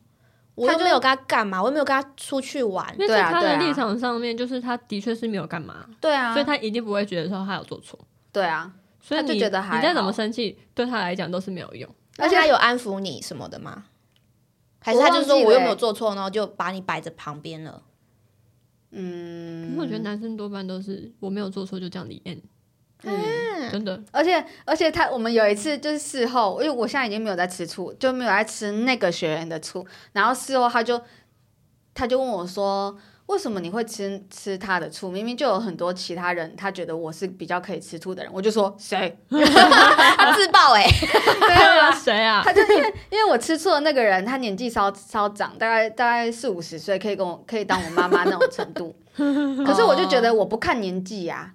[SPEAKER 2] 我
[SPEAKER 3] 他
[SPEAKER 2] 又
[SPEAKER 3] 就
[SPEAKER 2] 没有跟他干嘛，我又没有跟他出去玩
[SPEAKER 1] 因，为
[SPEAKER 3] 对
[SPEAKER 1] 在
[SPEAKER 3] 啊
[SPEAKER 1] 她
[SPEAKER 3] 对
[SPEAKER 1] 的
[SPEAKER 3] 啊
[SPEAKER 1] 立场上面，就是她的确是没有干嘛，
[SPEAKER 3] 对啊
[SPEAKER 1] 所以，她一定不会觉得说她有做错，
[SPEAKER 3] 对啊，
[SPEAKER 1] 所以
[SPEAKER 3] 她
[SPEAKER 1] 你
[SPEAKER 3] 就觉得还好
[SPEAKER 1] 你再怎么生气，对她来讲都是没有用。
[SPEAKER 2] 而
[SPEAKER 3] 而
[SPEAKER 2] 且
[SPEAKER 3] 且
[SPEAKER 2] 他有安抚你什么的吗？还是他就说
[SPEAKER 3] 我忘记了欸
[SPEAKER 2] 我又没有做错，然后就把你摆在旁边了？
[SPEAKER 3] 嗯
[SPEAKER 1] 可是我觉得男生多半都是我没有做错就这样离 end，
[SPEAKER 3] 啊
[SPEAKER 2] 嗯，
[SPEAKER 1] 真的。
[SPEAKER 3] 而且而且他我们有一次就是事后，因为我现在已经没有在吃醋，就没有在吃那个学员的醋。然后事后他就他就问我说：“为什么你会吃吃他的醋？明明就有很多其他人，他觉得我是比较可以吃醋的人，我就说谁？
[SPEAKER 2] 他自爆哎、
[SPEAKER 3] 对 啊，
[SPEAKER 1] 谁啊？
[SPEAKER 3] 他就因为 因为我吃醋的那个人，他年纪稍稍长，大概大概四五十岁，可以跟我可以当我妈妈那种程 度。可是我就觉得我不看年纪呀、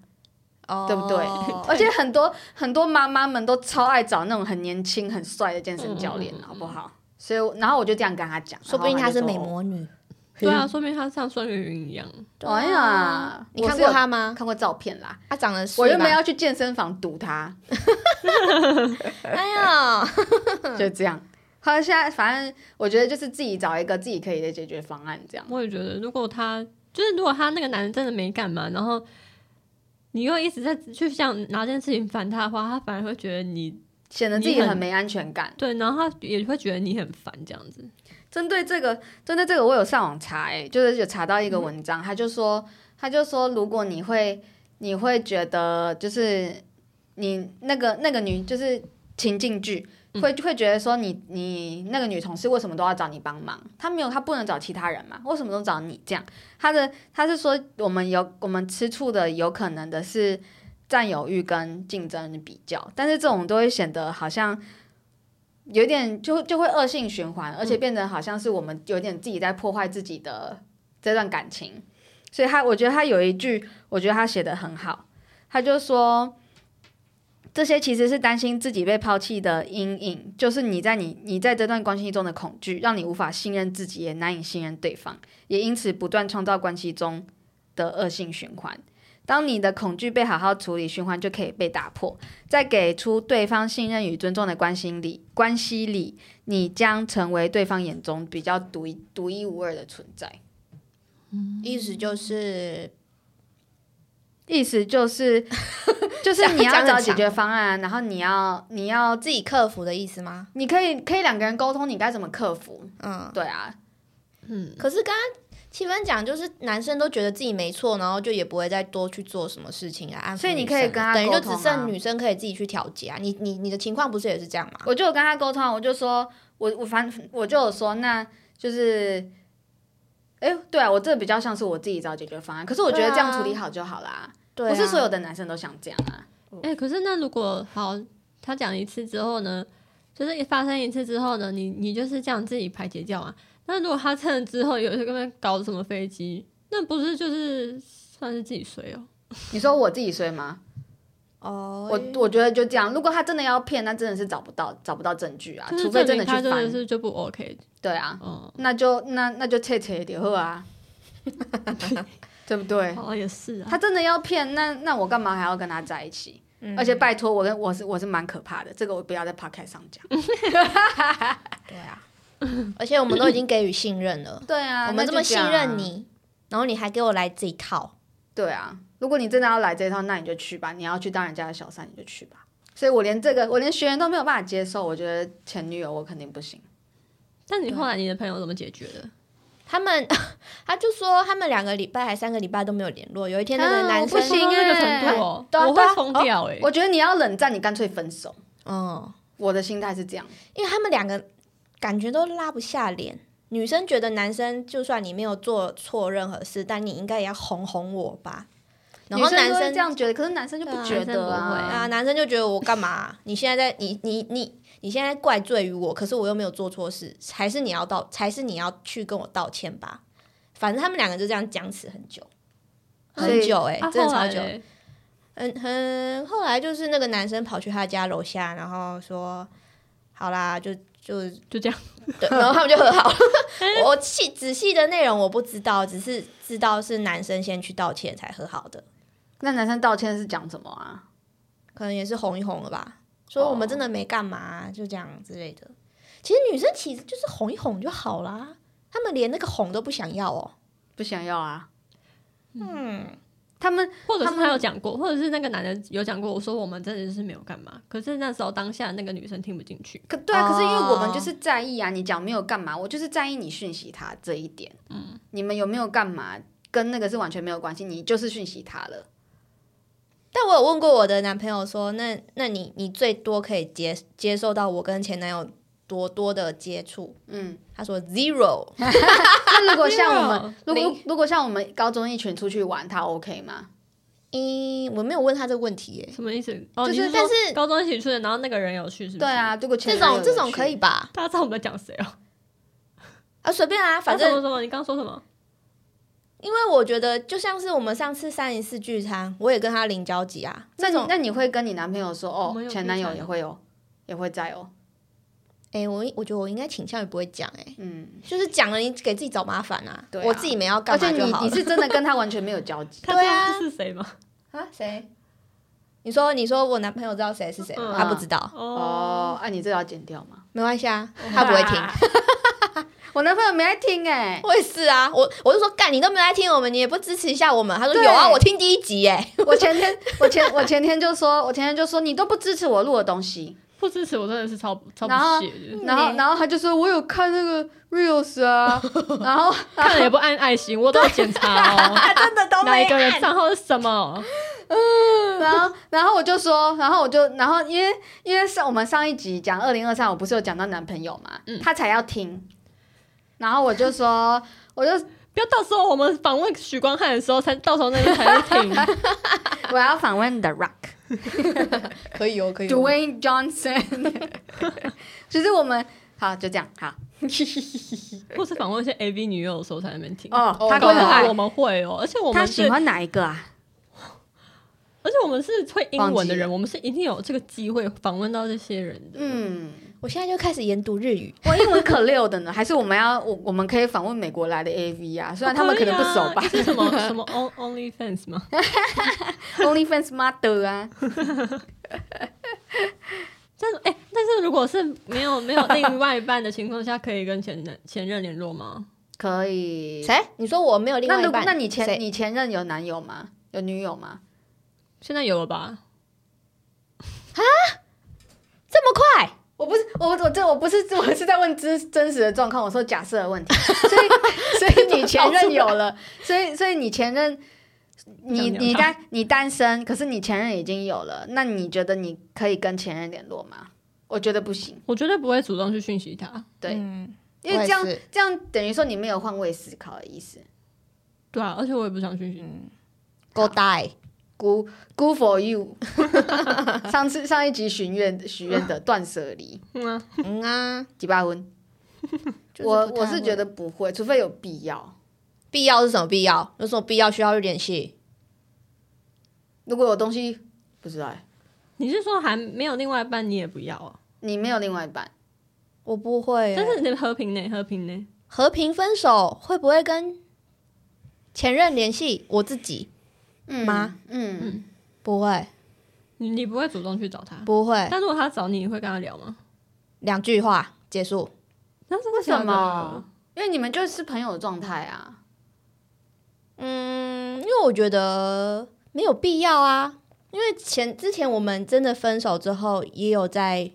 [SPEAKER 2] 哦
[SPEAKER 3] 对不对 而且很多很多妈妈们都超爱找那种很年轻很帅的健身教练，
[SPEAKER 2] 嗯
[SPEAKER 3] 好不好？所以我然后我就这样跟他讲，
[SPEAKER 2] 说不定
[SPEAKER 3] 然
[SPEAKER 2] 她
[SPEAKER 3] 后
[SPEAKER 2] 是
[SPEAKER 3] 就
[SPEAKER 2] 美
[SPEAKER 3] 说。
[SPEAKER 2] 魔女。
[SPEAKER 1] 对啊，说明他像孙云云一样。
[SPEAKER 2] 对
[SPEAKER 3] 哎呀，
[SPEAKER 2] 你
[SPEAKER 3] 我
[SPEAKER 2] 看
[SPEAKER 3] 是
[SPEAKER 2] 过
[SPEAKER 3] 有
[SPEAKER 2] 她吗？
[SPEAKER 3] 看过照片啦，
[SPEAKER 2] 她长得
[SPEAKER 3] 我
[SPEAKER 2] 帅
[SPEAKER 3] 又没
[SPEAKER 2] 吧？
[SPEAKER 3] 有去健身房堵他，
[SPEAKER 2] 哎呀，
[SPEAKER 3] 就这样。后来现在反正我觉得就是自己找一个自己可以的解决方案，这样。
[SPEAKER 1] 我也觉得，如果他就是如果他那个男人真的没干嘛，然后你又一直在去想拿这件事情烦他的话，他反而会觉得你
[SPEAKER 3] 显得自己很没安全感。
[SPEAKER 1] 对，然后他也会觉得你很烦这样子。
[SPEAKER 3] 针对这个，针对这个，我有上网查、欸，就是有查到一个文章，他就说，他就说，如果你会，你会觉得就是你那个那个女就是情境剧。会会觉得说你你那个女同事为什么都要找你帮忙？她没有，她不能找其他人嘛？为什么都找你这样？她的她是说我们有我们吃醋的有可能的是占有欲跟竞争比较，但是这种都会显得好像有点就就会恶性循环，而且变得好像是我们有点自己在破坏自己的这段感情。所以他，我觉得他有一句，我觉得他写的很好，他就说。这些其实是担心自己被抛弃的阴影，就是你在你你在这段关系中的恐惧，让你无法信任自己，也难以信任对方，也因此不断创造关系中的恶性循环。当你的恐惧被好好处理，循环就可以被打破。在给出对方信任与尊重的关心里，关系里，你将成为对方眼中比较独一独一无二的存在。
[SPEAKER 2] 意思就是
[SPEAKER 3] 意思就是， 就是
[SPEAKER 2] 讲
[SPEAKER 3] 你要
[SPEAKER 2] 讲
[SPEAKER 3] 找
[SPEAKER 2] 很
[SPEAKER 3] 解
[SPEAKER 2] 长
[SPEAKER 3] 决方案，然后你要你要，
[SPEAKER 2] 自己克服的意思吗？
[SPEAKER 3] 你可以可以两个人沟通，你该怎么克服？
[SPEAKER 2] 嗯，
[SPEAKER 3] 对啊，嗯
[SPEAKER 2] 可是刚刚七分讲就是男生都觉得自己没错，然后就也不会再多去做什么事情啊，安抚
[SPEAKER 3] 所以你
[SPEAKER 2] 女
[SPEAKER 3] 可以
[SPEAKER 2] 生
[SPEAKER 3] 跟他
[SPEAKER 2] 等于就
[SPEAKER 3] 沟通
[SPEAKER 2] 只剩
[SPEAKER 3] 啊
[SPEAKER 2] 女生可以自己去调节啊。你你你的情况不是也是这样吗？
[SPEAKER 3] 我就有跟他沟通，我就说，我我反我就有说，那就是，哎、对啊，我这比较像是我自己找解决方案，可是我觉得
[SPEAKER 2] 对啊
[SPEAKER 3] 这样处理好就好啦，
[SPEAKER 2] 对、啊，
[SPEAKER 3] 不是所有的男生都想这样啊。
[SPEAKER 1] 哎、可是那如果好，他讲一次之后呢，就是发生一次之后呢，你你就是这样自己排解掉啊。那如果他趁了之后有一个跟他搞什么飞机，啊那不是就是算是自己衰哦？
[SPEAKER 3] 你说我自己衰吗？
[SPEAKER 2] 哦，
[SPEAKER 3] 我我觉得就这样。如果他真的要骗，那真的是找不到找不到证据啊，
[SPEAKER 1] 就是
[SPEAKER 3] 除非
[SPEAKER 1] 证
[SPEAKER 3] 真的
[SPEAKER 1] 明
[SPEAKER 3] 去
[SPEAKER 1] 他真的
[SPEAKER 3] 翻。
[SPEAKER 1] 是就不 OK，
[SPEAKER 3] 对啊，
[SPEAKER 1] 嗯，
[SPEAKER 3] 那就那那就切切点后啊，对不对？
[SPEAKER 1] 哦也是啊，
[SPEAKER 3] 他真的要骗，那那我干嘛还要跟他在一起？
[SPEAKER 2] 嗯
[SPEAKER 3] 而且拜托，我跟我是我是蛮可怕的，这个我不要在 podcast 上讲。
[SPEAKER 2] 对啊，而且我们都已经给予信任了，
[SPEAKER 3] 对 啊，
[SPEAKER 2] 我们
[SPEAKER 3] 那
[SPEAKER 2] 这
[SPEAKER 3] 就
[SPEAKER 2] 么信
[SPEAKER 3] 样啊
[SPEAKER 2] 任。你，然后你还给我来这一套，
[SPEAKER 3] 对啊，如果你真的要来这一套，那你就去吧。你要去当人家的小三，你就去吧。所以我连这个，我连学员都没有办法接受。我觉得前女友我肯定不行。
[SPEAKER 1] 但你后来你的朋友怎么解决的？
[SPEAKER 2] 他们 他就说他们两个礼拜还三个礼拜都没有联络，有一天那
[SPEAKER 3] 啊
[SPEAKER 2] 个
[SPEAKER 3] 我
[SPEAKER 2] 男
[SPEAKER 3] 不
[SPEAKER 2] 生，
[SPEAKER 3] 行
[SPEAKER 1] 到那个
[SPEAKER 3] 欸
[SPEAKER 1] 程度哦，
[SPEAKER 3] 对啊
[SPEAKER 1] 我
[SPEAKER 3] 对
[SPEAKER 1] 会
[SPEAKER 3] 啊
[SPEAKER 1] 疯掉哎、
[SPEAKER 3] 我觉得你要冷战，你干脆分手。
[SPEAKER 2] 嗯，
[SPEAKER 3] 我的心态是这样，
[SPEAKER 2] 因为他们两个感觉都拉不下脸。女生觉得男生就算你没有做错任何事，但你应该也要哄哄我吧。然后
[SPEAKER 3] 女
[SPEAKER 2] 男
[SPEAKER 3] 生都会
[SPEAKER 2] 生
[SPEAKER 3] 这样觉得，可是男生就不觉得
[SPEAKER 1] 对啊
[SPEAKER 2] 啊，男生就觉得我干嘛、你现在 在你你你你现在怪罪于我，可是我又没有做错事，还是你要道，还是你要去跟我道歉吧。反正他们两个就这样僵持很久，
[SPEAKER 3] 所
[SPEAKER 2] 很
[SPEAKER 3] 以
[SPEAKER 2] 久哎、
[SPEAKER 1] 啊
[SPEAKER 2] 真的
[SPEAKER 1] 后
[SPEAKER 2] 超
[SPEAKER 1] 来
[SPEAKER 2] 久。
[SPEAKER 1] 嘞
[SPEAKER 2] 嗯很后来就是那个男生跑去他家楼下，然后说：“好啦，就就
[SPEAKER 1] 就这样，
[SPEAKER 2] 对。”然后他们就和好了。我细仔细的内容我不知道，只是知道是男生先去道歉才和好的。
[SPEAKER 3] 那男生道歉是讲什么啊？
[SPEAKER 2] 可能也是哄一哄了吧，说我们真的没干嘛啊、就这样之类的。其实女生其实就是哄一哄就好啦，她们连那个哄都不想要哦。
[SPEAKER 3] 不想要啊。
[SPEAKER 2] 嗯，
[SPEAKER 3] 他们
[SPEAKER 1] 或者
[SPEAKER 3] 他
[SPEAKER 1] 是
[SPEAKER 3] 们
[SPEAKER 1] 他有讲过，或者是那个男的有讲过，我说我们真的是没有干嘛，可是那时候当下那个女生听不进去，
[SPEAKER 3] 可对啊，可是因为
[SPEAKER 2] 哦
[SPEAKER 3] 我们就是在意啊，你讲没有干嘛，我就是在意你讯息他这一点。嗯，你们有没有干嘛，跟那个是完全没有关系，你就是讯息他了。
[SPEAKER 2] 但我有问过我的男朋友说，那那你你最多可以接接受到我跟前男友多多的接触。
[SPEAKER 3] 嗯，
[SPEAKER 2] 他说 zero，
[SPEAKER 3] 那如果像我们，如
[SPEAKER 2] 零
[SPEAKER 3] 果如果像我们高中一群出去玩，他 OK 吗？
[SPEAKER 2] 咦、我没有问他这个问题耶。
[SPEAKER 1] 什么意思？哦，
[SPEAKER 2] 就
[SPEAKER 1] 你
[SPEAKER 2] 是
[SPEAKER 1] 是
[SPEAKER 2] 但
[SPEAKER 1] 说
[SPEAKER 2] 是
[SPEAKER 1] 高中一起去的，然后那个人有去，是不是？
[SPEAKER 3] 对，啊，如果前
[SPEAKER 2] 这
[SPEAKER 3] 男友
[SPEAKER 2] 种
[SPEAKER 3] 有
[SPEAKER 2] 这种
[SPEAKER 3] 去
[SPEAKER 2] 可以吧？
[SPEAKER 1] 大家知道我们在讲谁哦？
[SPEAKER 2] 啊，随便啊，反
[SPEAKER 1] 啊什么
[SPEAKER 2] 正
[SPEAKER 1] 什么？你刚刚说什么？
[SPEAKER 2] 因为我觉得就像是我们上次三零四聚餐，我也跟他零交集啊。
[SPEAKER 3] 那
[SPEAKER 2] 这
[SPEAKER 3] 你
[SPEAKER 2] 种
[SPEAKER 3] 那你会跟你男朋友说
[SPEAKER 1] 我们
[SPEAKER 3] 哦，
[SPEAKER 1] 有
[SPEAKER 3] 前
[SPEAKER 1] 去
[SPEAKER 3] 男友
[SPEAKER 1] 参
[SPEAKER 3] 也会有，也会在哦。
[SPEAKER 2] 哎、我我觉得我应该倾向于不会讲哎、
[SPEAKER 3] 嗯，
[SPEAKER 2] 就是讲了你给自己找麻烦啊。
[SPEAKER 3] 对啊
[SPEAKER 2] 我自己没要
[SPEAKER 3] 而
[SPEAKER 2] 干
[SPEAKER 3] 且
[SPEAKER 2] 嘛就
[SPEAKER 3] 你
[SPEAKER 2] 好
[SPEAKER 3] 你
[SPEAKER 2] 了
[SPEAKER 3] 是真的跟他完全没有交 集
[SPEAKER 1] 他
[SPEAKER 2] 对
[SPEAKER 1] 知
[SPEAKER 2] 啊
[SPEAKER 1] 道是谁吗？
[SPEAKER 2] 啊？谁？你说你说我男朋友知道谁是谁吗？
[SPEAKER 1] 嗯
[SPEAKER 2] 他不知道，
[SPEAKER 3] 哦。啊，你这要剪掉吗？
[SPEAKER 2] 没关系啊，他不会听。
[SPEAKER 3] 我男朋友没在听哎、
[SPEAKER 2] 我也是啊，我我就说干，你都没来听我们，你也不支持一下我们。他说
[SPEAKER 3] 对
[SPEAKER 2] 有啊，我听第一集 哎，
[SPEAKER 3] 我前天我前我前天就说，我前天就说你都不支持我录的东西，
[SPEAKER 1] 不支持我真的是超超
[SPEAKER 3] 然后
[SPEAKER 1] 不屑
[SPEAKER 2] 嗯
[SPEAKER 1] 的，
[SPEAKER 3] 然后然后他就说我有看那个 reels 啊， 然后
[SPEAKER 1] 看了也不按爱心，我都要检查哦。
[SPEAKER 2] 他真的 都
[SPEAKER 1] 哪
[SPEAKER 2] 没
[SPEAKER 1] 一个人
[SPEAKER 2] 按。
[SPEAKER 1] 账号是什么？
[SPEAKER 3] 然后然后我就说，然后我就然后因为因为上我们上一集讲二零二三，我不是有讲到男朋友嘛，
[SPEAKER 1] 嗯
[SPEAKER 3] 他才要听，然后我就说我就
[SPEAKER 1] 不要到时候我们访问许光汉的时候，才到时候那个才会停。
[SPEAKER 3] 我要访问 The Rock。
[SPEAKER 2] 可以哦，可
[SPEAKER 3] Dwayne Johnson，其实我们好就这样好
[SPEAKER 1] 或是访问一些 AV 女友的时候才在那边听。
[SPEAKER 3] 哦
[SPEAKER 2] 哦
[SPEAKER 3] 他
[SPEAKER 1] 搞
[SPEAKER 3] 会
[SPEAKER 1] 不
[SPEAKER 3] 很
[SPEAKER 1] 好
[SPEAKER 3] 爱
[SPEAKER 1] 我，们会哦，而且我
[SPEAKER 3] 他
[SPEAKER 1] 们
[SPEAKER 3] 喜
[SPEAKER 1] 是，
[SPEAKER 3] 欢哪一个啊？
[SPEAKER 1] 而且我们是会英文的
[SPEAKER 3] 忘记
[SPEAKER 1] 人，
[SPEAKER 3] 了
[SPEAKER 1] 我们是一定有这个机会访问到这些人的。
[SPEAKER 3] 嗯，
[SPEAKER 2] 我现在就开始研读日语，
[SPEAKER 3] 我英文可溜的呢，还是我们要我我们可以访问美国来的 AV 啊？虽然他们可能不熟吧、
[SPEAKER 1] 是什么什么 on only fans 吗？
[SPEAKER 3] o n l y f a n s Mother 啊，
[SPEAKER 1] 但是哎、但是如果是没有没有另外一半的情况下，可以跟前男前任联络吗？
[SPEAKER 3] 可以。
[SPEAKER 2] 谁？你说我没有另
[SPEAKER 3] 那
[SPEAKER 2] 外一
[SPEAKER 3] 如果
[SPEAKER 2] 半？
[SPEAKER 3] 那你前
[SPEAKER 2] 谁
[SPEAKER 3] 你前任有男友吗？有女友吗？
[SPEAKER 1] 现在有了吧？
[SPEAKER 2] 这么快？
[SPEAKER 3] 我不是我我这我不是我是在问真真实的状况，我说假设 的问题，所以所以你前任有了，所以所以你前任，你
[SPEAKER 1] 想聊
[SPEAKER 3] 你
[SPEAKER 1] 他
[SPEAKER 3] 单你单身，可是你前任已经有了，那你觉得你可以跟前任联络吗？我觉得不行，
[SPEAKER 1] 我绝对不会主动去讯息他。
[SPEAKER 3] 对
[SPEAKER 2] 嗯
[SPEAKER 3] 因为这样
[SPEAKER 2] 我也是
[SPEAKER 3] 这样等于说你没有换位思考的意思。
[SPEAKER 1] 对啊，而且我也不想讯息。
[SPEAKER 3] 嗯
[SPEAKER 2] ，Go die！
[SPEAKER 3] Good good for you 。 上次上一集许愿许愿的断舍离
[SPEAKER 1] 嗯啊，
[SPEAKER 2] 嗯啊，
[SPEAKER 3] 几八分，
[SPEAKER 2] 就是
[SPEAKER 3] 我
[SPEAKER 2] 不太
[SPEAKER 3] 我是
[SPEAKER 2] 会
[SPEAKER 3] 觉得不会，除非有必要。
[SPEAKER 2] 必要是什么必要？有什么必要需要去联系？
[SPEAKER 3] 如果有东西不知道欸、
[SPEAKER 1] 你是说还没有另外一半，你也不要啊？
[SPEAKER 3] 你没有另外一半，
[SPEAKER 2] 我不会耶，
[SPEAKER 1] 但是你和平呢？和平呢？
[SPEAKER 2] 和平分手会不会跟前任联系？我自己
[SPEAKER 3] 嗯
[SPEAKER 2] 吗？
[SPEAKER 3] 嗯，
[SPEAKER 2] 不会，
[SPEAKER 1] 你你不会主动去找他？
[SPEAKER 2] 不会，
[SPEAKER 1] 但如果他找你，你会跟他聊吗？
[SPEAKER 2] 两句话结束。
[SPEAKER 1] 那是
[SPEAKER 3] 为什 么？？因为你们就是朋友状态啊。
[SPEAKER 2] 嗯，因为我觉得没有必要啊，因为前之前我们真的分手之后，也有在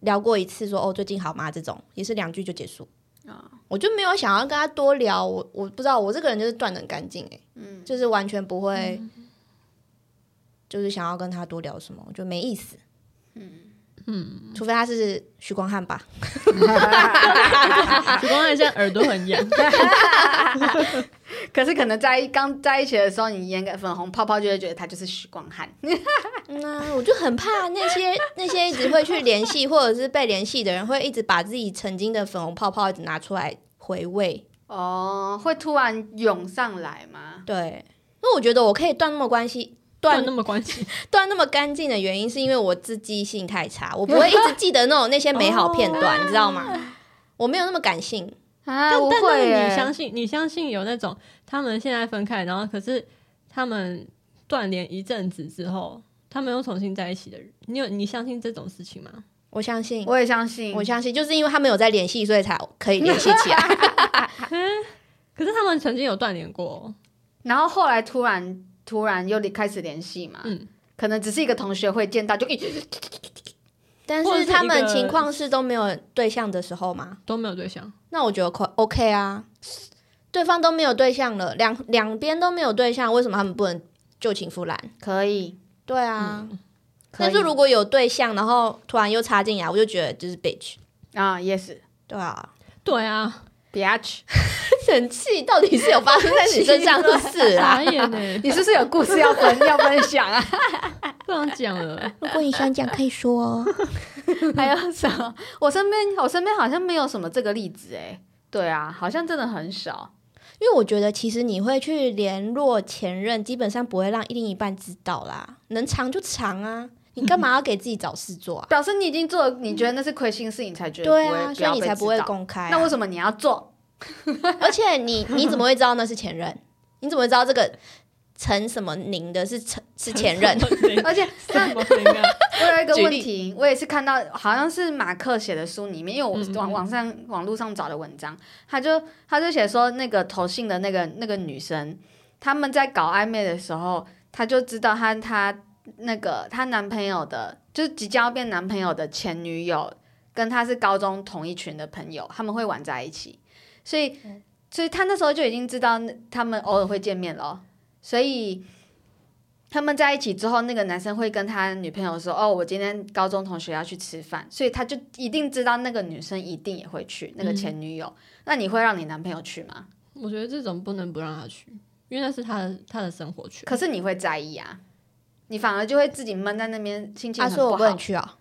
[SPEAKER 2] 聊过一次说哦最近好吗？这种也是两句就结束啊。我就没有想要跟他多聊，我我不知道，我这个人就是断的干净哎，
[SPEAKER 3] 嗯，
[SPEAKER 2] 就是完全不会，就是想要跟他多聊什么，我觉得没意思。嗯嗯，除非他是许光汉吧，
[SPEAKER 1] 许光汉现在耳朵很 痒，
[SPEAKER 3] 可是可能在一刚在一起的时候，你眼个粉红泡泡就会觉得他就是许光汉。
[SPEAKER 2] 嗯啊，我就很怕那些 那些一直会去联系或者是被联系的人，会一直把自己曾经的粉红泡泡一直拿出来回味。
[SPEAKER 3] 哦，会突然涌上来吗？
[SPEAKER 2] 对，因为我觉得我可以断那么关系。
[SPEAKER 1] 断
[SPEAKER 2] 断
[SPEAKER 1] 那么关系。
[SPEAKER 2] 断那么干净的原因，是因为我自记性太差，我不会一直记得那种那些美好片段，你知道吗？我没有那么感性，
[SPEAKER 3] 啊，
[SPEAKER 1] 但
[SPEAKER 3] 我
[SPEAKER 1] 但但
[SPEAKER 3] 会
[SPEAKER 1] 是
[SPEAKER 3] 耶
[SPEAKER 1] 你相信，你相信有那种他们现在分开，然后可是他们断联一阵子之后，他们又重新在一起的人，你有你相信这种事情吗？
[SPEAKER 2] 我相信，
[SPEAKER 3] 我也相信，
[SPEAKER 2] 我相信，就是因为他们有在联系，所以才可以联系起来。
[SPEAKER 1] 可是他们曾经有断联过哦、
[SPEAKER 3] 然后后来突然突然又开始联系嘛，
[SPEAKER 1] 嗯
[SPEAKER 3] 可能只是一个同学会见到就一
[SPEAKER 2] 但
[SPEAKER 1] 或者
[SPEAKER 2] 是
[SPEAKER 1] 是一
[SPEAKER 2] 他们
[SPEAKER 1] 个
[SPEAKER 2] 情况是都没有对象的时候吗？
[SPEAKER 1] 都没有对象，
[SPEAKER 2] 那我觉得可 OK 啊，对方都没有对象了，两两边都没有对象，为什么他们不能旧情复燃？
[SPEAKER 3] 可以，
[SPEAKER 2] 对啊，
[SPEAKER 3] 可以
[SPEAKER 1] 嗯
[SPEAKER 2] 但是如果有对象，然后突然又插进来，我就觉得就是 bitch，
[SPEAKER 3] 啊，yes，
[SPEAKER 2] 对 啊，
[SPEAKER 1] 对啊，
[SPEAKER 3] bitch，
[SPEAKER 2] 很气，到底是有发生在你身上的事
[SPEAKER 1] 傻？
[SPEAKER 2] 啊
[SPEAKER 1] 眼呢，
[SPEAKER 3] 你是不是有故事要分 要分享啊？
[SPEAKER 1] 不想讲了。
[SPEAKER 2] 如果你想讲，可以说、哦。
[SPEAKER 3] 还有什么？我身边我身边好像没有什么这个例子哎。对啊，好像真的很少。？
[SPEAKER 2] 因为我觉得，其实你会去联络前任，基本上不会让另一半知道啦。能藏就藏啊，你干嘛要给自己找事做啊
[SPEAKER 3] 表示你已经做了，你觉得那是亏心事，你才觉得
[SPEAKER 2] 对
[SPEAKER 3] 不会
[SPEAKER 2] 啊，所以你才不会。
[SPEAKER 3] 要被知道
[SPEAKER 2] 公开啊、
[SPEAKER 3] 那为什么你要做？
[SPEAKER 2] 而且你你怎么会知道那是前任？你怎么会知道这个陈什么宁的是陈是前任？
[SPEAKER 3] 而且
[SPEAKER 1] 什么灵啊？
[SPEAKER 3] 我有一个
[SPEAKER 2] 举
[SPEAKER 3] 问
[SPEAKER 2] 例
[SPEAKER 3] 题，我也是看到，好像是马克写的书里面，因为我
[SPEAKER 1] 嗯嗯
[SPEAKER 3] 网
[SPEAKER 1] 嗯
[SPEAKER 3] 网上网络上找的文章，他就他就写说，那个投信的那个那个女生，他们在搞暧昧的时候，她就知道她她那个她男朋友的，就是即将要变男朋友的前女友，跟她是高中同一群的朋友，他们会玩在一起，所以
[SPEAKER 1] 嗯
[SPEAKER 3] 所以她那时候就已经知道那他们偶尔会见面了哦，所以。他们在一起之后，那个男生会跟他女朋友说：“哦，我今天高中同学要去吃饭，所以他就一定知道那个女生一定也会去，那个
[SPEAKER 2] 嗯
[SPEAKER 3] 前女友。那你会让你男朋友去吗？
[SPEAKER 1] 我觉得这种不能不让他去，因为那是他的他的生活圈。
[SPEAKER 3] 可是你会在意啊，你反而就会自己闷在那边，心情
[SPEAKER 2] 他
[SPEAKER 3] 很
[SPEAKER 2] 说我
[SPEAKER 3] 不
[SPEAKER 2] 不
[SPEAKER 3] 好，
[SPEAKER 2] 能去 啊，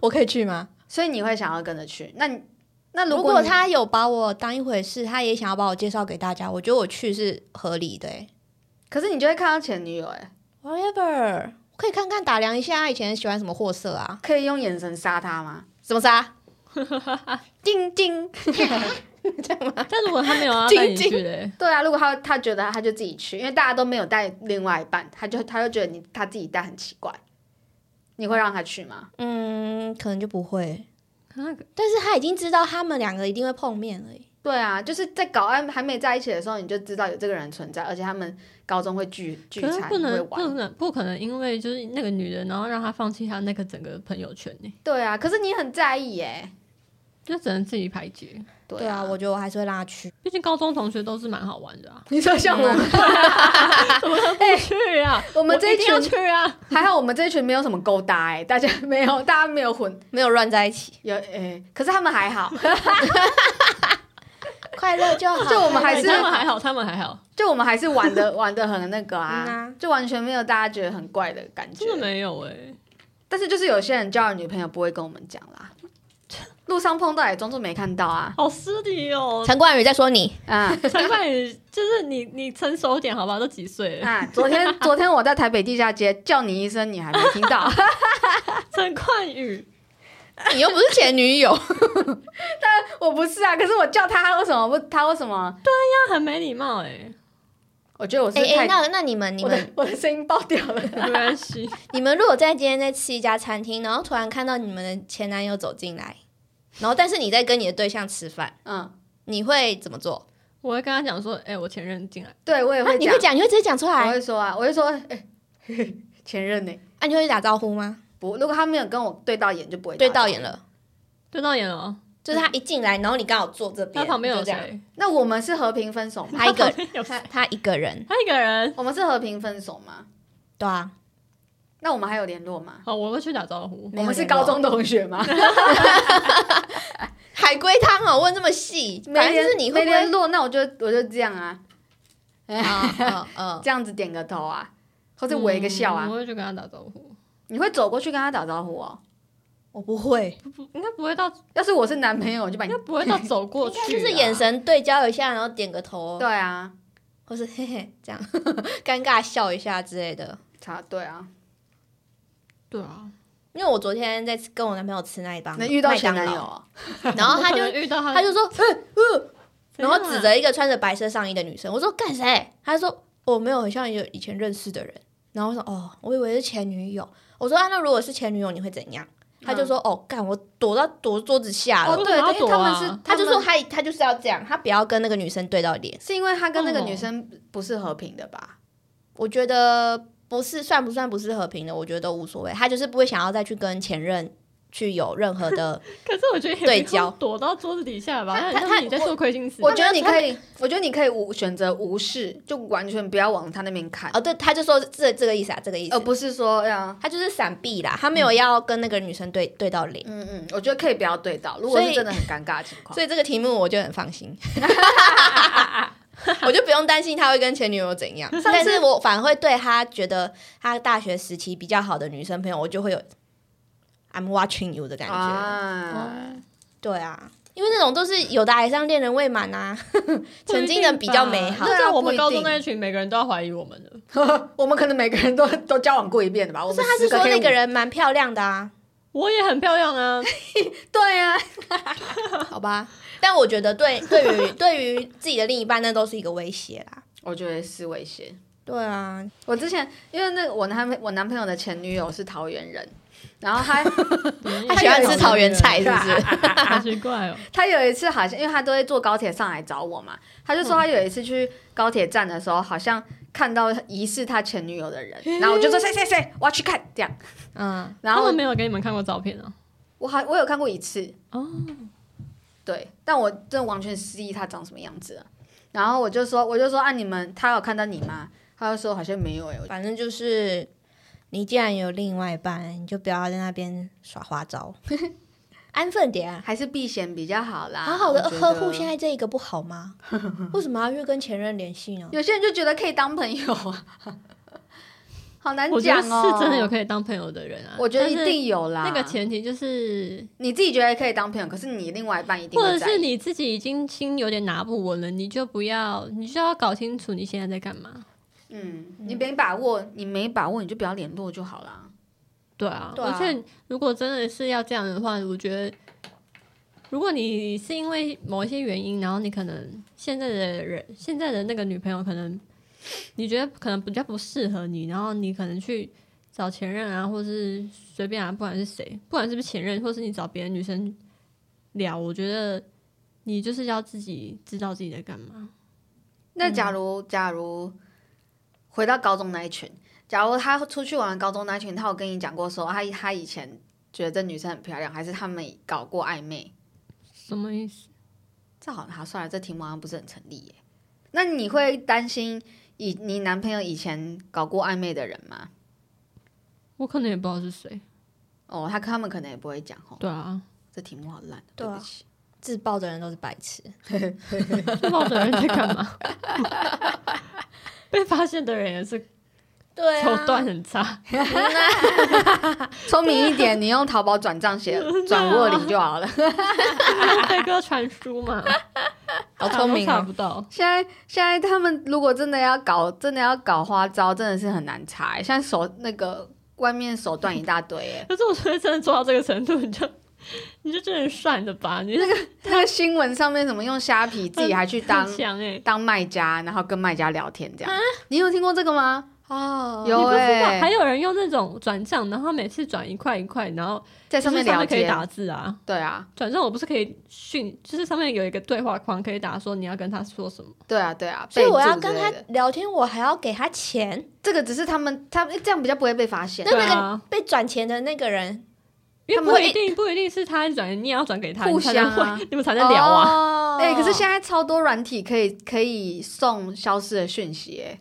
[SPEAKER 2] 我可以去吗？
[SPEAKER 3] 所以你会想要跟着去。那你那
[SPEAKER 2] 如
[SPEAKER 3] 果
[SPEAKER 2] 果
[SPEAKER 3] 你
[SPEAKER 2] 他有把我当一回事，他也想要把我介绍给大家，我觉得我去是合理的、欸。
[SPEAKER 3] 可是你就会看到前女友、欸，哎，
[SPEAKER 2] Whatever，可以看看打量一下他以前喜欢什么货色啊？
[SPEAKER 3] 可以用眼神杀他吗？
[SPEAKER 2] 什么啊啥？
[SPEAKER 3] 叮叮，
[SPEAKER 1] 但如果他没有要带你去嘞，
[SPEAKER 3] 对啊，如果他他觉得他就自己去，因为大家都没有带另外一半，他就他就觉得你他自己带很奇怪，你会让他去吗？
[SPEAKER 2] 嗯，可能就不会。
[SPEAKER 1] 啊
[SPEAKER 2] 但是他已经知道他们两个一定会碰面了欸。
[SPEAKER 3] 对啊，就是在搞暧还没在一起的时候，你就知道有这个人存在，而且他们高中会聚聚
[SPEAKER 1] 可是
[SPEAKER 3] 餐，
[SPEAKER 1] 不
[SPEAKER 3] 会
[SPEAKER 1] 能不
[SPEAKER 3] 玩。
[SPEAKER 1] 能不可能，因为就是那个女人，然后让他放弃他那个整个朋友圈呢，
[SPEAKER 3] 对啊，可是你很在意耶。
[SPEAKER 1] 就只能自己排解。
[SPEAKER 3] 对，
[SPEAKER 2] 对啊，我觉得我还是会让 他去。
[SPEAKER 1] 毕竟高中同学都是蛮好玩的啊
[SPEAKER 3] 你说像我们，
[SPEAKER 1] 怎么不去啊？
[SPEAKER 3] 我们这
[SPEAKER 1] 一
[SPEAKER 3] 一
[SPEAKER 1] 定要
[SPEAKER 3] 群
[SPEAKER 1] 去啊！
[SPEAKER 3] 还好，我们这一群没有什么勾搭哎，大家没有，大家没有混
[SPEAKER 2] 没有乱在一起，
[SPEAKER 3] 有哎，可是他们还好，
[SPEAKER 2] 快乐就好。
[SPEAKER 3] 就我们还
[SPEAKER 1] 哎
[SPEAKER 3] 是
[SPEAKER 1] 他们还好，他们还好，
[SPEAKER 3] 就我们还是玩的玩的很那个
[SPEAKER 2] 嗯
[SPEAKER 3] 啊
[SPEAKER 2] 啊，
[SPEAKER 3] 就完全没有大家觉得很怪的感觉
[SPEAKER 1] 真。的没有哎。
[SPEAKER 3] 但是就是有些人交了女朋友不会跟我们讲啦，路上碰到也装作没看到啊
[SPEAKER 1] 好失礼哦，
[SPEAKER 2] 陈冠宇在说你，
[SPEAKER 3] 啊。
[SPEAKER 1] 陈冠宇，就是你，你成熟一点好吧？都几岁了？
[SPEAKER 3] 啊，昨天 昨天我在台北地下街叫你一声，你还没听到，
[SPEAKER 1] 陈冠宇，
[SPEAKER 2] 你又不是前女友，
[SPEAKER 3] 我不是啊，可是我叫他，他为什么不？他为什么？
[SPEAKER 1] 他很没礼貌哎，
[SPEAKER 3] 我 觉得我是
[SPEAKER 2] 哎哎、
[SPEAKER 3] 太，
[SPEAKER 2] 那那你们你
[SPEAKER 3] 我的
[SPEAKER 2] 们
[SPEAKER 3] 我的声音爆掉了。
[SPEAKER 1] 没关系，
[SPEAKER 2] 你们如果在今天在吃一家餐厅，然后突然看到你们的前男友走进来，然后但是你在跟你的对象吃饭，
[SPEAKER 3] 嗯，
[SPEAKER 2] 你会怎么做？
[SPEAKER 1] 我会跟他讲说，哎、我前任进来，
[SPEAKER 3] 对我也
[SPEAKER 2] 啊
[SPEAKER 3] 会
[SPEAKER 2] 你
[SPEAKER 3] 讲
[SPEAKER 2] 会，讲，你会直接讲出
[SPEAKER 3] 我
[SPEAKER 2] 来，
[SPEAKER 3] 会说啊，我会说，哎、 嘿嘿前任呢、
[SPEAKER 2] 啊，你会打招呼吗？
[SPEAKER 3] 不，如果他没有跟我对到眼，就不会
[SPEAKER 2] 对
[SPEAKER 3] 打招
[SPEAKER 2] 到
[SPEAKER 3] 呼
[SPEAKER 2] 眼。了，
[SPEAKER 1] 对到眼了哦，
[SPEAKER 2] 就是他一进来，然后你刚好坐这边，
[SPEAKER 1] 他旁边有
[SPEAKER 2] 就这样？
[SPEAKER 1] 谁？
[SPEAKER 3] 那我们是和平分手吗？
[SPEAKER 2] 他一个
[SPEAKER 1] 旁边有谁？
[SPEAKER 2] 他一个人，
[SPEAKER 1] 他一个人。
[SPEAKER 3] 我们是和平分手吗？
[SPEAKER 2] 对啊，
[SPEAKER 3] 那我们还有联络吗？
[SPEAKER 1] 哦，我会去打招呼。
[SPEAKER 2] 没
[SPEAKER 3] 我
[SPEAKER 2] 有
[SPEAKER 3] 们是
[SPEAKER 2] 联络
[SPEAKER 3] 高中同学 吗？
[SPEAKER 2] 海龟汤哦，问这么细，反正就是你会
[SPEAKER 3] 没
[SPEAKER 2] 不
[SPEAKER 3] 联
[SPEAKER 2] 会？
[SPEAKER 3] 络，那我就我就这样啊，哎
[SPEAKER 2] 啊嗯 嗯，
[SPEAKER 3] 这样子点个头啊，或者微一个笑啊。
[SPEAKER 1] 嗯我会去跟他打招呼。
[SPEAKER 3] 你会走过去跟他打招呼哦。
[SPEAKER 2] 我不会，
[SPEAKER 1] 不，应该不会到，
[SPEAKER 3] 要是我是男朋友，我就把
[SPEAKER 1] 应
[SPEAKER 3] 你
[SPEAKER 1] 该不会到走过去啊。
[SPEAKER 2] 就是眼神对焦一下，然后点个头，
[SPEAKER 3] 对啊，
[SPEAKER 2] 或是嘿嘿这样， 尴尬笑一下之类的。
[SPEAKER 3] 差对啊，
[SPEAKER 1] 对啊，
[SPEAKER 2] 因为我昨天在吃跟我男朋友吃那一帮
[SPEAKER 3] 能遇到
[SPEAKER 2] 麦当劳
[SPEAKER 3] 前男友，哦，
[SPEAKER 2] 然后他
[SPEAKER 1] 我可能
[SPEAKER 2] 就
[SPEAKER 1] 遇到他，
[SPEAKER 2] 他就说，嗯 嗯，
[SPEAKER 1] 怎样
[SPEAKER 2] 然
[SPEAKER 1] 啊
[SPEAKER 2] 后指着一个穿着白色上衣的女生，我说干谁？他说我没有，很像有以前认识的人。然后我说哦，我以为是前女友。我说啊，那如果是前女友，你会怎样？他就说哦，干，我躲到躲桌子下
[SPEAKER 3] 哦
[SPEAKER 2] 了。
[SPEAKER 1] 为
[SPEAKER 3] 对，
[SPEAKER 1] 什么要
[SPEAKER 3] 因为他
[SPEAKER 1] 躲
[SPEAKER 3] 们
[SPEAKER 1] 啊
[SPEAKER 3] 是，
[SPEAKER 2] 他就说
[SPEAKER 3] 们
[SPEAKER 2] 他他就是要这样，他不要跟那个女生对到脸。
[SPEAKER 3] 是因为他跟那个
[SPEAKER 2] 嗯
[SPEAKER 3] 女
[SPEAKER 1] 哦
[SPEAKER 3] 生不是和平的吧？
[SPEAKER 2] 我觉得不是算不算不是和平的，我觉得都无所谓。他就是不会想要再去跟前任去有任何的，
[SPEAKER 1] 可是我觉得也
[SPEAKER 2] 对
[SPEAKER 1] 不
[SPEAKER 2] 焦
[SPEAKER 1] 用躲到桌子底下吧，
[SPEAKER 3] 他
[SPEAKER 1] 那
[SPEAKER 3] 他
[SPEAKER 1] 很像你在做亏心事。
[SPEAKER 3] 我觉得你
[SPEAKER 2] 他
[SPEAKER 3] 可
[SPEAKER 2] 们
[SPEAKER 3] 以，我觉得你可以无选择无视，就完全不要往他那边看，
[SPEAKER 2] 哦，对，他就说这这个意思啊，这个意
[SPEAKER 3] 而
[SPEAKER 2] 思，
[SPEAKER 3] 不是说哎呀，
[SPEAKER 2] 他就是闪避啦，他没有要跟那个女生对对到零，
[SPEAKER 3] 嗯嗯，我觉得可以不要对到，如果
[SPEAKER 2] 所
[SPEAKER 3] 是
[SPEAKER 2] 以
[SPEAKER 3] 真的很尴尬的情况，
[SPEAKER 2] 所以这个题目我就很放心，我就不用担心他会跟前女友怎样。但是我反而会对他觉得他大学时期比较好的女生朋友，我就会有 I'm watching you 的感觉。哦
[SPEAKER 3] 啊，
[SPEAKER 2] 对啊，因为那种都是有的爱上恋人未满 啊，
[SPEAKER 1] 不一定吧
[SPEAKER 2] 曾经的比较美好
[SPEAKER 3] 对。啊
[SPEAKER 1] 那在我
[SPEAKER 3] 不
[SPEAKER 1] 们
[SPEAKER 3] 一
[SPEAKER 1] 高中
[SPEAKER 3] 定
[SPEAKER 1] 那一群，每个人都要怀疑我们的。
[SPEAKER 3] 我们可能每个人都都交往过一遍的吧，我
[SPEAKER 2] 不是，
[SPEAKER 3] 们
[SPEAKER 2] 他是
[SPEAKER 3] 10
[SPEAKER 2] 说
[SPEAKER 3] 可以
[SPEAKER 2] 那个
[SPEAKER 3] 五
[SPEAKER 2] 人蛮漂亮的啊，
[SPEAKER 1] 我也很漂亮啊，
[SPEAKER 3] 对啊，
[SPEAKER 2] 好吧。但我觉得对对于对于自己的另一半，那都是一个威胁啦。
[SPEAKER 3] 我觉得是威胁。
[SPEAKER 2] 对啊，
[SPEAKER 3] 我之前因为那个我男朋我男朋友的前女友是桃园人，然后他
[SPEAKER 1] 嗯
[SPEAKER 2] 他喜欢吃草 原菜是不
[SPEAKER 3] 对
[SPEAKER 2] 是？
[SPEAKER 1] 好奇怪哦。
[SPEAKER 3] 他有一次好像，因为他都会坐高铁上来找我嘛，他就说他有一次去高铁站的时候，好像看到疑似他前女友的人，然后我就说谁谁谁，我要去看这样。
[SPEAKER 2] 嗯，
[SPEAKER 3] 然
[SPEAKER 1] 他
[SPEAKER 3] 后
[SPEAKER 1] 们没有给你们看过照片啊？
[SPEAKER 3] 我还我有看过一次，
[SPEAKER 1] 哦，
[SPEAKER 3] 对，但我真的完全失忆他长什么样子了。然后我就说我就说啊，你们他有看到你吗？他就说好像没有哎、我
[SPEAKER 2] 反正就是，你既然有另外一半，你就不要在那边耍花 招，安分点啊，
[SPEAKER 3] 还是避嫌比较好啦，
[SPEAKER 2] 好好的
[SPEAKER 3] 啊我觉
[SPEAKER 2] 呵
[SPEAKER 3] 得
[SPEAKER 2] 护现。在这一个不好 吗？为什么要去跟前任联系呢？
[SPEAKER 3] 有些人就觉得可以当朋友啊， 好难
[SPEAKER 1] 我觉得
[SPEAKER 3] 讲哦。
[SPEAKER 1] 是真的有，可以当朋友的人啊。
[SPEAKER 3] 我觉得一
[SPEAKER 1] 但是
[SPEAKER 3] 定有啦。
[SPEAKER 1] 那个前提就是，
[SPEAKER 3] 你自己觉得可以当朋友，可是你另外一半一定
[SPEAKER 1] 或
[SPEAKER 3] 会
[SPEAKER 1] 者
[SPEAKER 3] 在
[SPEAKER 1] 是
[SPEAKER 3] 意。
[SPEAKER 1] 你自己已经心有点拿不稳了，你就不要，你就要搞清楚你现在在干嘛。
[SPEAKER 3] 嗯，你没把握，你没把握，你就不要联络就好
[SPEAKER 1] 嗯
[SPEAKER 3] 啦。
[SPEAKER 1] 对啊，
[SPEAKER 2] 对啊
[SPEAKER 1] 而且如果真的是要这样的话，我觉得，如果你是因为某一些原因，然后你可能现在的人，现在的那个女朋友可能你觉得可能比较不适合你，然后你可能去找前任啊，或是随便啊，不管是谁，不管是不是前任，或是你找别的女生聊，我觉得你就是要自己知道自己在干嘛。
[SPEAKER 3] 那假如、假如回到高中那一群，假如他出去玩的高中那一群，他有跟你讲过说他他以前觉得这女生很漂亮，还是他们搞过暧昧？
[SPEAKER 1] 什么意思？
[SPEAKER 3] 这好像算了，这题目好像不是很成立耶。那你会担心以你男朋友以前搞过暧昧的人吗？
[SPEAKER 1] 我可能也不知道是谁。
[SPEAKER 3] 哦，他他们可能也不会讲哦。
[SPEAKER 1] 对啊，
[SPEAKER 3] 这题目好烂，
[SPEAKER 2] 对啊
[SPEAKER 3] 不起。
[SPEAKER 2] 自爆的人都是白痴，
[SPEAKER 1] 自爆的人在干嘛？ 被发现的人也是
[SPEAKER 2] 对啊
[SPEAKER 1] 手段很差，
[SPEAKER 3] 聪明一点，你用淘宝转 账写
[SPEAKER 1] 啊
[SPEAKER 3] 转卧里就好了。
[SPEAKER 1] 飞鸽传书嘛，
[SPEAKER 2] 好聪明
[SPEAKER 1] 查
[SPEAKER 2] 哦
[SPEAKER 1] 不到。
[SPEAKER 3] 现在现在他们如果真的要搞，真的要搞花招，真的是很难查欸。现在手那个外面手段一大堆，哎，
[SPEAKER 1] 可是我觉得真的做到这个程度，你就 你就真的算了吧，你那个
[SPEAKER 3] 那个新闻上面怎么用虾皮自己还去 当
[SPEAKER 1] 很强哎，
[SPEAKER 3] 当卖家，然后跟卖家聊天这
[SPEAKER 1] 啊
[SPEAKER 3] 样。你有听过这个吗？
[SPEAKER 2] 哦
[SPEAKER 3] 有
[SPEAKER 1] 你不知道
[SPEAKER 3] 欸
[SPEAKER 1] 还有人用那种转账，然后每次转一块一块，然后
[SPEAKER 3] 在上面
[SPEAKER 1] 就是
[SPEAKER 3] 聊
[SPEAKER 1] 可以
[SPEAKER 3] 天，
[SPEAKER 1] 打字啊。
[SPEAKER 3] 对啊，
[SPEAKER 1] 转账我不是可以训，就是上面有一个对话框可以打说你要跟他说什么。
[SPEAKER 3] 对啊，对啊。
[SPEAKER 2] 所以
[SPEAKER 3] 备
[SPEAKER 2] 我要
[SPEAKER 3] 注
[SPEAKER 2] 跟
[SPEAKER 3] 之
[SPEAKER 2] 他
[SPEAKER 3] 类的
[SPEAKER 2] 聊天，我还要给他钱。
[SPEAKER 3] 这个只是他们，他们这样比较不会被发现
[SPEAKER 2] 那。那
[SPEAKER 1] 对
[SPEAKER 2] 个、
[SPEAKER 1] 啊
[SPEAKER 2] 被转钱的那个人，
[SPEAKER 1] 因为
[SPEAKER 3] 他们
[SPEAKER 1] 不一
[SPEAKER 3] 一
[SPEAKER 1] 定不一定是他转，你也要转给他，
[SPEAKER 3] 互
[SPEAKER 1] 你才能
[SPEAKER 3] 相啊
[SPEAKER 1] 会你们才能聊啊。
[SPEAKER 2] 哦
[SPEAKER 3] 哎、可是现在超多软体可以可以送消失的讯息、哎，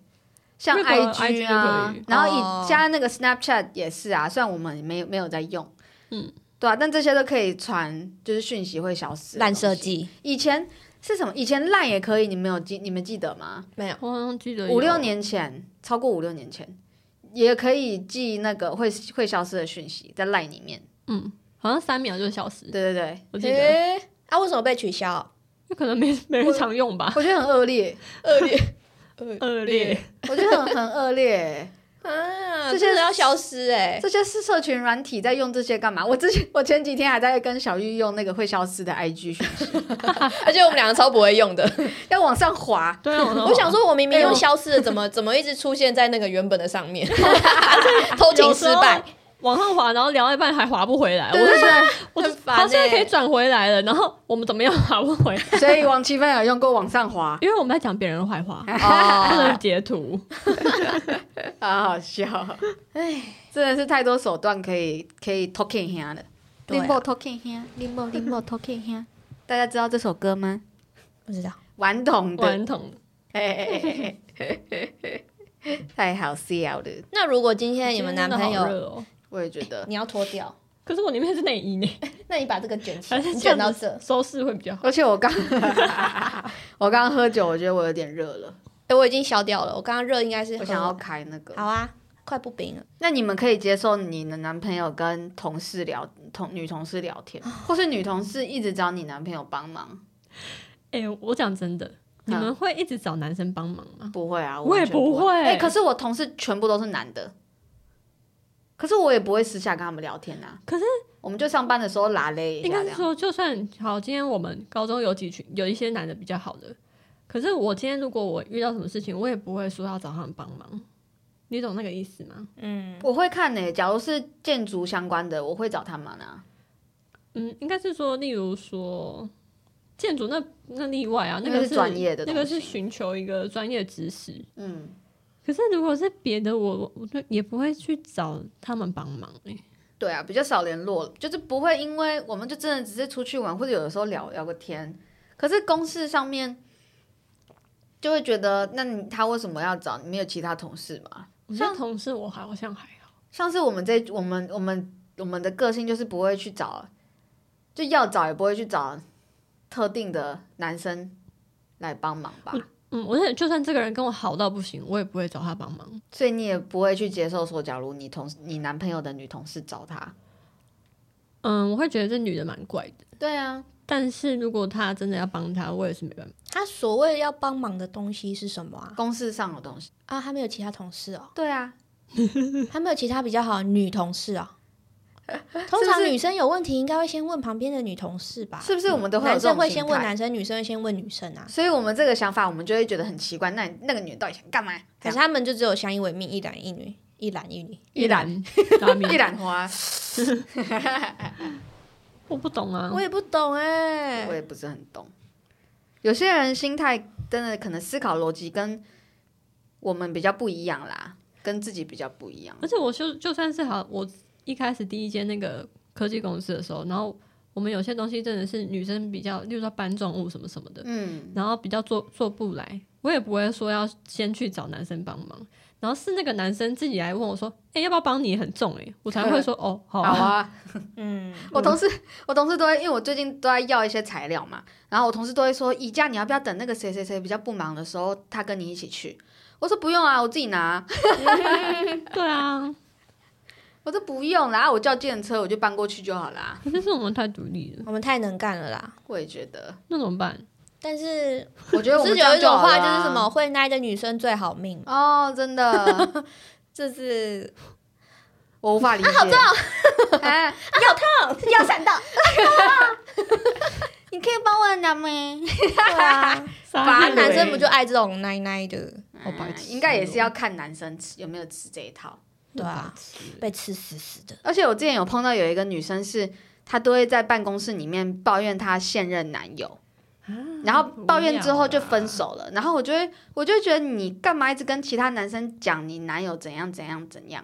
[SPEAKER 3] 像
[SPEAKER 1] 那个
[SPEAKER 3] IG
[SPEAKER 1] IG
[SPEAKER 3] 啊
[SPEAKER 1] 就可以，
[SPEAKER 3] 然后
[SPEAKER 2] 哦
[SPEAKER 3] 以现在那个 Snapchat 也是啊，虽然我们没有没有在用，
[SPEAKER 1] 嗯，
[SPEAKER 3] 对啊，但这些都可以传，就是讯息会消失。
[SPEAKER 2] 烂设，计
[SPEAKER 3] 以前是什么？以前烂也可以，你们有记你们记得吗？
[SPEAKER 2] 没有，
[SPEAKER 1] 我好像记得
[SPEAKER 3] 五六
[SPEAKER 1] 有
[SPEAKER 3] 年前，超过五六年前，也可以寄那个会会消失的讯息在烂里面。
[SPEAKER 1] 嗯，好像三秒就消失
[SPEAKER 3] 对，对对，
[SPEAKER 1] 我记得，
[SPEAKER 2] 诶啊，为什么被取消？
[SPEAKER 1] 有可能没没人常用吧，
[SPEAKER 3] 我觉得很恶劣，
[SPEAKER 2] 恶劣
[SPEAKER 1] 恶劣。
[SPEAKER 3] 我觉得很很恶劣、 哎
[SPEAKER 2] 啊，
[SPEAKER 3] 这
[SPEAKER 2] 这
[SPEAKER 3] 些
[SPEAKER 2] 些人要消失哎、
[SPEAKER 3] 这些是社群软体在用这些干嘛？我之前我前几天还在跟小玉用那个会消失的 IG 讯息
[SPEAKER 2] 而且我们两个超不会用的。
[SPEAKER 3] 要往上滑，
[SPEAKER 1] 对啊，我
[SPEAKER 2] 我想
[SPEAKER 1] 说，
[SPEAKER 2] 说，我明明
[SPEAKER 3] 哎呦
[SPEAKER 2] 用消失的，怎么怎么一直出现在那个原本的上面？偷情失败，
[SPEAKER 1] 往上滑，然后聊到一半还滑不回来，我
[SPEAKER 3] 对对
[SPEAKER 1] 就觉得
[SPEAKER 3] 对，
[SPEAKER 1] 我就
[SPEAKER 2] 很烦
[SPEAKER 1] 他现在
[SPEAKER 2] 欸
[SPEAKER 1] 可以转回来了，然后我们怎么样滑不回来？
[SPEAKER 3] 所以王七芬有用过往上滑，
[SPEAKER 1] 因为我们在讲别人的坏话，不能
[SPEAKER 2] 哦，
[SPEAKER 1] 截图。
[SPEAKER 3] 好好笑，哎，真的是太多手段可以可以 talking 下的。
[SPEAKER 2] 对啊
[SPEAKER 3] Limbo Talking Here，Limbo Limbo Talking Here，大家知道这首歌吗？
[SPEAKER 2] 不知道。
[SPEAKER 3] 顽童的，
[SPEAKER 1] 顽童
[SPEAKER 3] 嘿嘿嘿嘿嘿嘿嘿嘿太好笑了，
[SPEAKER 2] 那如果今天你们男朋
[SPEAKER 1] 真的好
[SPEAKER 2] 友
[SPEAKER 1] 热哦，
[SPEAKER 3] 我也觉得。
[SPEAKER 2] 你要脱掉，
[SPEAKER 1] 可是我里面是内衣呢，
[SPEAKER 2] 那 你把这个卷起
[SPEAKER 1] 还
[SPEAKER 2] 来，
[SPEAKER 1] 是
[SPEAKER 2] 你
[SPEAKER 1] 这
[SPEAKER 2] 卷到
[SPEAKER 1] 样
[SPEAKER 2] 这
[SPEAKER 1] 子。收拾会比较好。
[SPEAKER 3] 而且我刚， 我刚喝酒，我觉得我有点热了，
[SPEAKER 2] 哎、我已经消掉了，我刚刚热应该是
[SPEAKER 3] 我
[SPEAKER 2] 喝
[SPEAKER 3] 想要开那个。
[SPEAKER 2] 好啊，快不冰了。
[SPEAKER 3] 那你们可以接受你的男朋友跟同事聊同女同事聊 天，或是女同事一直找你男朋友帮忙？
[SPEAKER 1] 哎、我讲真的，你们会一直找男生帮忙吗？
[SPEAKER 3] 不会啊，
[SPEAKER 1] 我也
[SPEAKER 3] 完全不
[SPEAKER 1] 不会
[SPEAKER 3] 哎、可是我同事全部都是男的，可是我也不会私下跟他们聊天啊。
[SPEAKER 1] 可是
[SPEAKER 3] 我们就上班的时候拉嘞一
[SPEAKER 1] 应
[SPEAKER 3] 下
[SPEAKER 1] 该
[SPEAKER 3] 这
[SPEAKER 1] 是
[SPEAKER 3] 样。
[SPEAKER 1] 说，就算好，今天我们高中有几群有一些男的比较好的，可是我今天如果我遇到什么事情，我也不会说要找他们帮忙，你懂那个意思吗？
[SPEAKER 2] 嗯，
[SPEAKER 3] 我会看呢、欸假如是建筑相关的，我会找他们啊。
[SPEAKER 1] 嗯，应该是说，例如说建筑那那例外啊，那
[SPEAKER 3] 那
[SPEAKER 1] 个
[SPEAKER 3] 个是专业的
[SPEAKER 1] 那个
[SPEAKER 3] 东
[SPEAKER 1] 是
[SPEAKER 3] 西
[SPEAKER 1] 寻求一个专业知识。
[SPEAKER 3] 嗯，
[SPEAKER 1] 可是如果是别的，我我我就也不会去找他们帮忙、欸、
[SPEAKER 3] 对啊，比较少联络，就是不会因为我们就真的只是出去玩，或者有的时候聊聊个天。可是公事上面就会觉得，那你他为什么要找你？没有其他同事吗？
[SPEAKER 1] 我像同事，我好像还好，
[SPEAKER 3] 像是我们这我们我们我们的个性就是不会去找，就要找也不会去找特定的男生来帮忙吧。
[SPEAKER 1] 嗯，而且就算这个人跟我好到不行，我也不会找他帮忙。
[SPEAKER 3] 所以你也不会去接受说，假如你同你男朋友的女同事找他，
[SPEAKER 1] 嗯，我会觉得这女的蛮怪的，
[SPEAKER 3] 对啊，
[SPEAKER 1] 但是如果她真的要帮他，我也是没办法。
[SPEAKER 2] 他所谓要帮忙的东西是什么啊？
[SPEAKER 3] 公事上的东西，
[SPEAKER 2] 啊，他没有其他同事哦，
[SPEAKER 3] 对啊，
[SPEAKER 2] 他没有其他比较好的女同事 哦。通
[SPEAKER 3] 是不
[SPEAKER 2] 常
[SPEAKER 3] 是
[SPEAKER 2] 女生有问题，应该会先问旁边的女同事吧？
[SPEAKER 3] 是不是我们都会有
[SPEAKER 2] 男
[SPEAKER 3] 这
[SPEAKER 2] 生
[SPEAKER 3] 种
[SPEAKER 2] 会
[SPEAKER 3] 心
[SPEAKER 2] 先问
[SPEAKER 3] 态
[SPEAKER 2] 男生，女生会先问女生啊。
[SPEAKER 3] 所以我们这个想法，我们就会觉得很奇怪。那你那个女的到底想干嘛？
[SPEAKER 2] 可是他们就只有相依为命，一男一女，一男一女。
[SPEAKER 3] 一览
[SPEAKER 1] 拉
[SPEAKER 3] 这 样
[SPEAKER 1] 面
[SPEAKER 3] 一揽花，
[SPEAKER 1] 我不懂啊
[SPEAKER 2] 我。也不懂哎、
[SPEAKER 3] 我嗯也不是很懂。有些人心态真的可能思考逻辑跟我们比较不一样啦，跟自己比较不一样。
[SPEAKER 1] 而且我就就算是好，我一开始第一间那个科技公司的时候，然后我们有些东西真的是女生比较，例如说搬重物什么什么的，
[SPEAKER 3] 嗯，
[SPEAKER 1] 然后比较做做不来，我也不会说要先去找男生帮忙。然后是那个男生自己来问我说：“哎、要不要帮你？很重哎、我才会说：“哦，好
[SPEAKER 3] 好
[SPEAKER 1] 啊。
[SPEAKER 3] 啊。
[SPEAKER 2] 嗯，
[SPEAKER 3] 我同事，我同事都会，因为我最近都在要一些材料嘛，然后我同事都会说，宜家你要不要等那个谁谁谁比较不忙的时候，他跟你一起去？我说不用啊，我自己拿。
[SPEAKER 1] 对啊，
[SPEAKER 3] 我说不用啦，我叫电车，我就搬过去就好啦。
[SPEAKER 1] 可是是我们太独立了，
[SPEAKER 2] 我们太能干了啦。
[SPEAKER 3] 我也觉得，
[SPEAKER 1] 那怎么办？
[SPEAKER 2] 但是
[SPEAKER 3] 我觉得
[SPEAKER 2] 不
[SPEAKER 3] 我
[SPEAKER 2] 是
[SPEAKER 3] 们
[SPEAKER 2] 有一种话
[SPEAKER 3] 这样
[SPEAKER 2] 就
[SPEAKER 3] 好了啊
[SPEAKER 2] 是什么会奶的女生最好命，
[SPEAKER 3] 哦，真的，
[SPEAKER 2] 这是
[SPEAKER 3] 我无法理解。好重！ 哎，
[SPEAKER 2] 要闪到，
[SPEAKER 3] 你可以帮我拿吗？
[SPEAKER 2] 对 啊，
[SPEAKER 1] 傻
[SPEAKER 3] 反
[SPEAKER 1] 眼
[SPEAKER 3] 正
[SPEAKER 2] 男生不就爱这种奶奶的，
[SPEAKER 1] 好白痴哦
[SPEAKER 3] 应该也是要看男生吃有没有吃这一套。
[SPEAKER 2] 对啊
[SPEAKER 1] 白痴
[SPEAKER 2] 被吃死死的。
[SPEAKER 3] 而且我之前有碰到有一个女生是，她都会在办公室里面抱怨她现任男友，
[SPEAKER 2] 嗯
[SPEAKER 3] 然后抱怨之后就分。手
[SPEAKER 2] 啊
[SPEAKER 3] 了。然后我就会，我就会觉得你干嘛一直跟其他男生讲你男友怎样怎样怎样？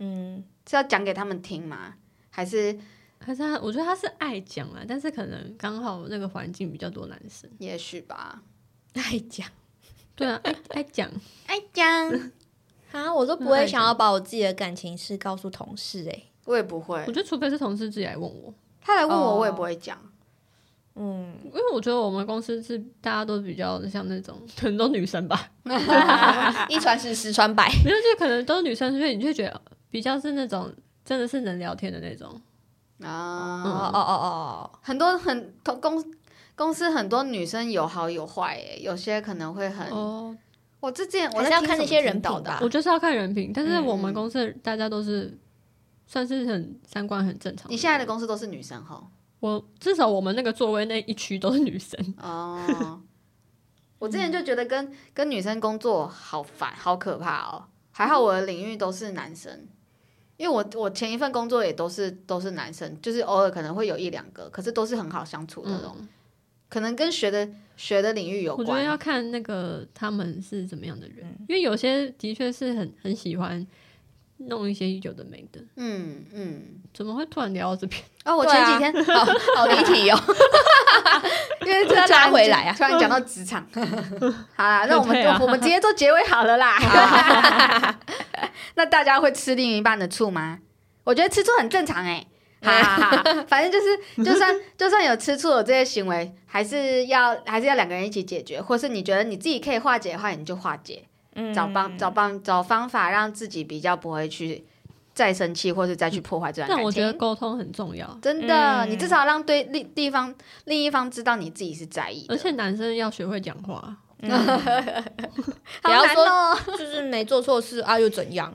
[SPEAKER 2] 嗯，
[SPEAKER 3] 是要讲给他们听吗？还是
[SPEAKER 1] 还是他，我觉得他是爱讲啊，但是可能刚好那个环境比较多男生。
[SPEAKER 3] 也许吧？
[SPEAKER 2] 爱讲
[SPEAKER 1] 对啊，爱爱讲，
[SPEAKER 3] 爱讲，
[SPEAKER 2] 啊，我都不会想要把我自己的感情事告诉同事哎、
[SPEAKER 3] 我也不会
[SPEAKER 1] 我。觉得除非是同事自己来问我，
[SPEAKER 3] 他来问我，
[SPEAKER 2] 哦
[SPEAKER 3] 我也不会讲。
[SPEAKER 2] 嗯，
[SPEAKER 1] 因为我觉得我们公司是大家都比较像那种， 可能都女生吧，
[SPEAKER 2] 嗯 一传十，十传百。
[SPEAKER 1] 没有，就可能都是女生，所以你就觉得比较是那种真的是能聊天的那种。
[SPEAKER 3] 啊、
[SPEAKER 1] 嗯
[SPEAKER 2] 哦哦哦
[SPEAKER 3] 很多很同公公司很多女生有好有坏耶，有些可能会很，
[SPEAKER 1] 哦，
[SPEAKER 3] 我之前我
[SPEAKER 2] 还
[SPEAKER 3] 在
[SPEAKER 2] 是要
[SPEAKER 3] 听
[SPEAKER 2] 看
[SPEAKER 3] 什
[SPEAKER 2] 那
[SPEAKER 3] 么
[SPEAKER 2] 些人
[SPEAKER 3] 频道
[SPEAKER 2] 品
[SPEAKER 3] 的
[SPEAKER 2] 吧
[SPEAKER 3] 啊，
[SPEAKER 1] 我就是要看人品，但是
[SPEAKER 3] 嗯
[SPEAKER 1] 我们公司大家都是算是很三观很正常。
[SPEAKER 3] 你现在的公司都是女生哈，
[SPEAKER 1] 我至少我们那个座位那一区都是女生，
[SPEAKER 3] 哦，我之前就觉得跟跟女生工作好烦，好可怕哦。还好我的领域都是男生，因为我我前一份工作也都是都是男生，就是偶尔可能会有一两个，可是都是很好相处的那
[SPEAKER 2] 嗯
[SPEAKER 3] 种。可能跟学的学的领域有
[SPEAKER 1] 我觉得
[SPEAKER 3] 关
[SPEAKER 1] 要，看那个他们是怎么样的人
[SPEAKER 2] 嗯，
[SPEAKER 1] 因为有些的确是很很喜欢弄一些有的没的，
[SPEAKER 3] 嗯嗯。
[SPEAKER 1] 怎么会突然聊到这 边？
[SPEAKER 3] 哦，我
[SPEAKER 2] 对
[SPEAKER 3] 前
[SPEAKER 2] 啊
[SPEAKER 3] 几天、好好离题哦， 因为这
[SPEAKER 2] 要
[SPEAKER 3] 突
[SPEAKER 2] 拉
[SPEAKER 3] 然
[SPEAKER 2] 回来啊
[SPEAKER 3] 突然讲到职场，好啦，那我们
[SPEAKER 1] 对
[SPEAKER 3] 就、
[SPEAKER 1] 啊
[SPEAKER 3] 我们直接做结尾好了啦。 那大家会吃另一半的醋吗？我觉得吃醋很正常哎、哈哈哈，反正就是，就算就算有吃醋有这些行为，还是要还是要两个人一起解决，或是你觉得你自己可以化解的话，你就化解，
[SPEAKER 2] 嗯
[SPEAKER 3] 找方找方找方法让自己比较不会去再生气，或是再去破坏这段感
[SPEAKER 1] 但
[SPEAKER 3] 情。
[SPEAKER 1] 我觉得沟通很重要，
[SPEAKER 3] 真的，
[SPEAKER 2] 嗯
[SPEAKER 3] 你至少让对另地方另一方知道你自己是在意的，
[SPEAKER 1] 而且男生要学会讲话。
[SPEAKER 3] 好
[SPEAKER 2] 不要
[SPEAKER 3] 难哦。
[SPEAKER 2] 就是没做错事啊，又怎样？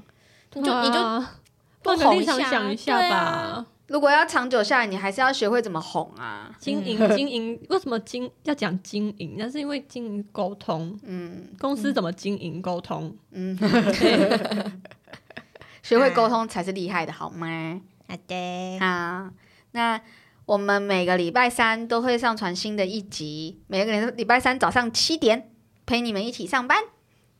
[SPEAKER 2] 你就你就
[SPEAKER 1] 就换个
[SPEAKER 2] 哄一
[SPEAKER 1] 立场
[SPEAKER 2] 下
[SPEAKER 1] 想一下
[SPEAKER 2] 对
[SPEAKER 1] 吧，
[SPEAKER 2] 啊
[SPEAKER 3] 如果要长久下来，你还是要学会怎么哄啊。
[SPEAKER 1] 经营、
[SPEAKER 2] 嗯
[SPEAKER 1] 经营，为什么经要讲经营？那是因为经营沟通，
[SPEAKER 3] 嗯
[SPEAKER 1] 公司怎么经营沟通？
[SPEAKER 3] 嗯，学会沟通才是厉害的，好吗？
[SPEAKER 2] 好的，
[SPEAKER 3] 啊，那我们每个礼拜三都会上传新的一集，每个礼礼拜三早上七点陪你们一起上班。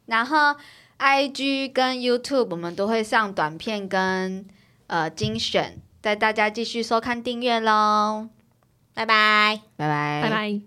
[SPEAKER 3] 然后，IG 跟 YouTube 我们都会上短片跟呃精选，带大家继续收看订阅喽，
[SPEAKER 2] 拜拜。
[SPEAKER 3] 拜拜，
[SPEAKER 1] 拜拜。